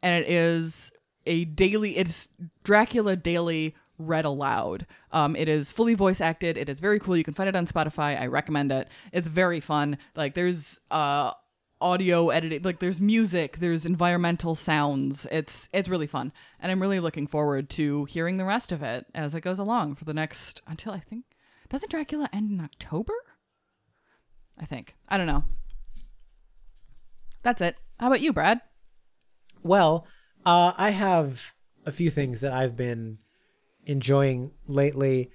and it is a daily. It's Dracula Daily read aloud. Um, it is fully voice acted. It is very cool. You can find it on Spotify. I recommend it. It's very fun. Like there's uh audio editing like there's music there's environmental sounds it's it's really fun and i'm really looking forward to hearing the rest of it as it goes along for the next until i think doesn't dracula end in october i think i don't know that's it how about you brad Well, uh, I have a few things that I've been enjoying lately.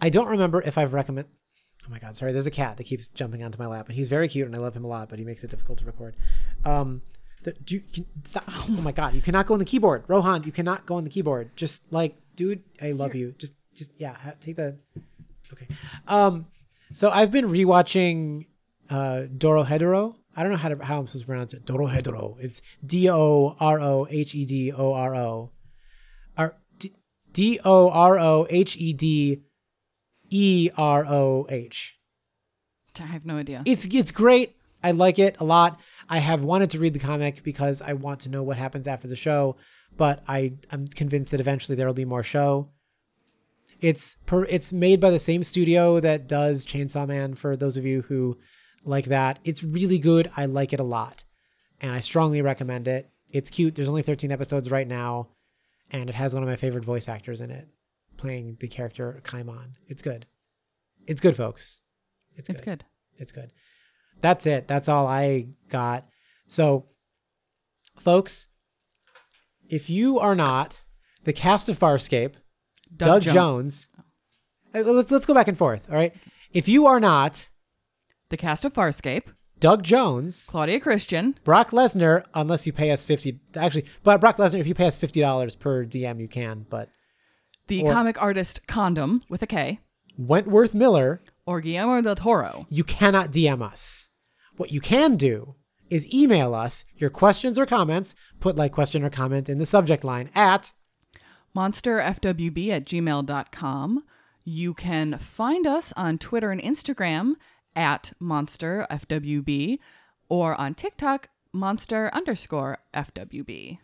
I don't remember if I've recommend. Oh my god, sorry. There's a cat that keeps jumping onto my lap, and he's very cute, and I love him a lot, but he makes it difficult to record. Um, the, do you, can, stop. Oh my god, you cannot go on the keyboard, Rohan. You cannot go on the keyboard. Just like, dude, I love you. Just, just yeah, ha- take the. Okay. Um, so I've been rewatching uh, Dorohedoro. I don't know how to, how I'm supposed to pronounce it. Dorohedoro. It's D O R O H E D O R O. Or D- D O R O H E D E R O H. i have no idea It's it's great. I like it a lot. I have wanted to read the comic because I want to know what happens after the show, but I I'm convinced that eventually there will be more show. It's per, it's made by the same studio that does Chainsaw Man. For those of you who like that, it's really good. I like it a lot, and I strongly recommend it. It's cute. There's only 13 episodes right now, and it has one of my favorite voice actors in it, playing the character Kaimon. It's good. It's good, folks. it's good It's good. That's it. That's all I got. So, folks, if you are not the cast of Farscape, Doug, Jones, Jones, Uh, let's let's go back and forth. All right. If you are not the cast of farscape Doug Jones, claudia christian Brock Lesnar, unless you pay us fifty, actually, but Brock Lesnar, if you pay us fifty dollars per DM, you can. But the Or- comic artist condom with a k Wentworth Miller, or guillermo del toro you cannot DM us. What you can do is email us your questions or comments, put like question or comment in the subject line at monsterfwb at gmail.com. You can find us on Twitter and Instagram at monster FWB or on TikTok, monster underscore FWB.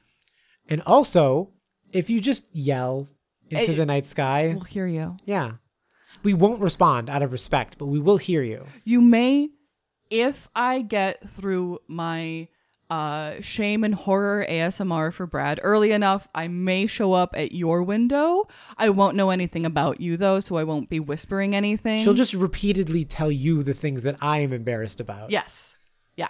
And also, if you just yell into Eh, the night sky, We'll hear you. yeah. We won't respond out of respect, but we will hear you. You may, if I get through my uh, shame and horror ASMR for Brad early enough, I may show up at your window. I won't know anything about you though, so I won't be whispering anything. She'll just repeatedly tell you the things that I am embarrassed about. yes, yeah.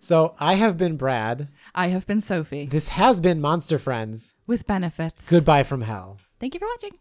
So I have been Brad. I have been Sophie This has been Monster Friends. with benefits. Goodbye from hell. Thank you for watching.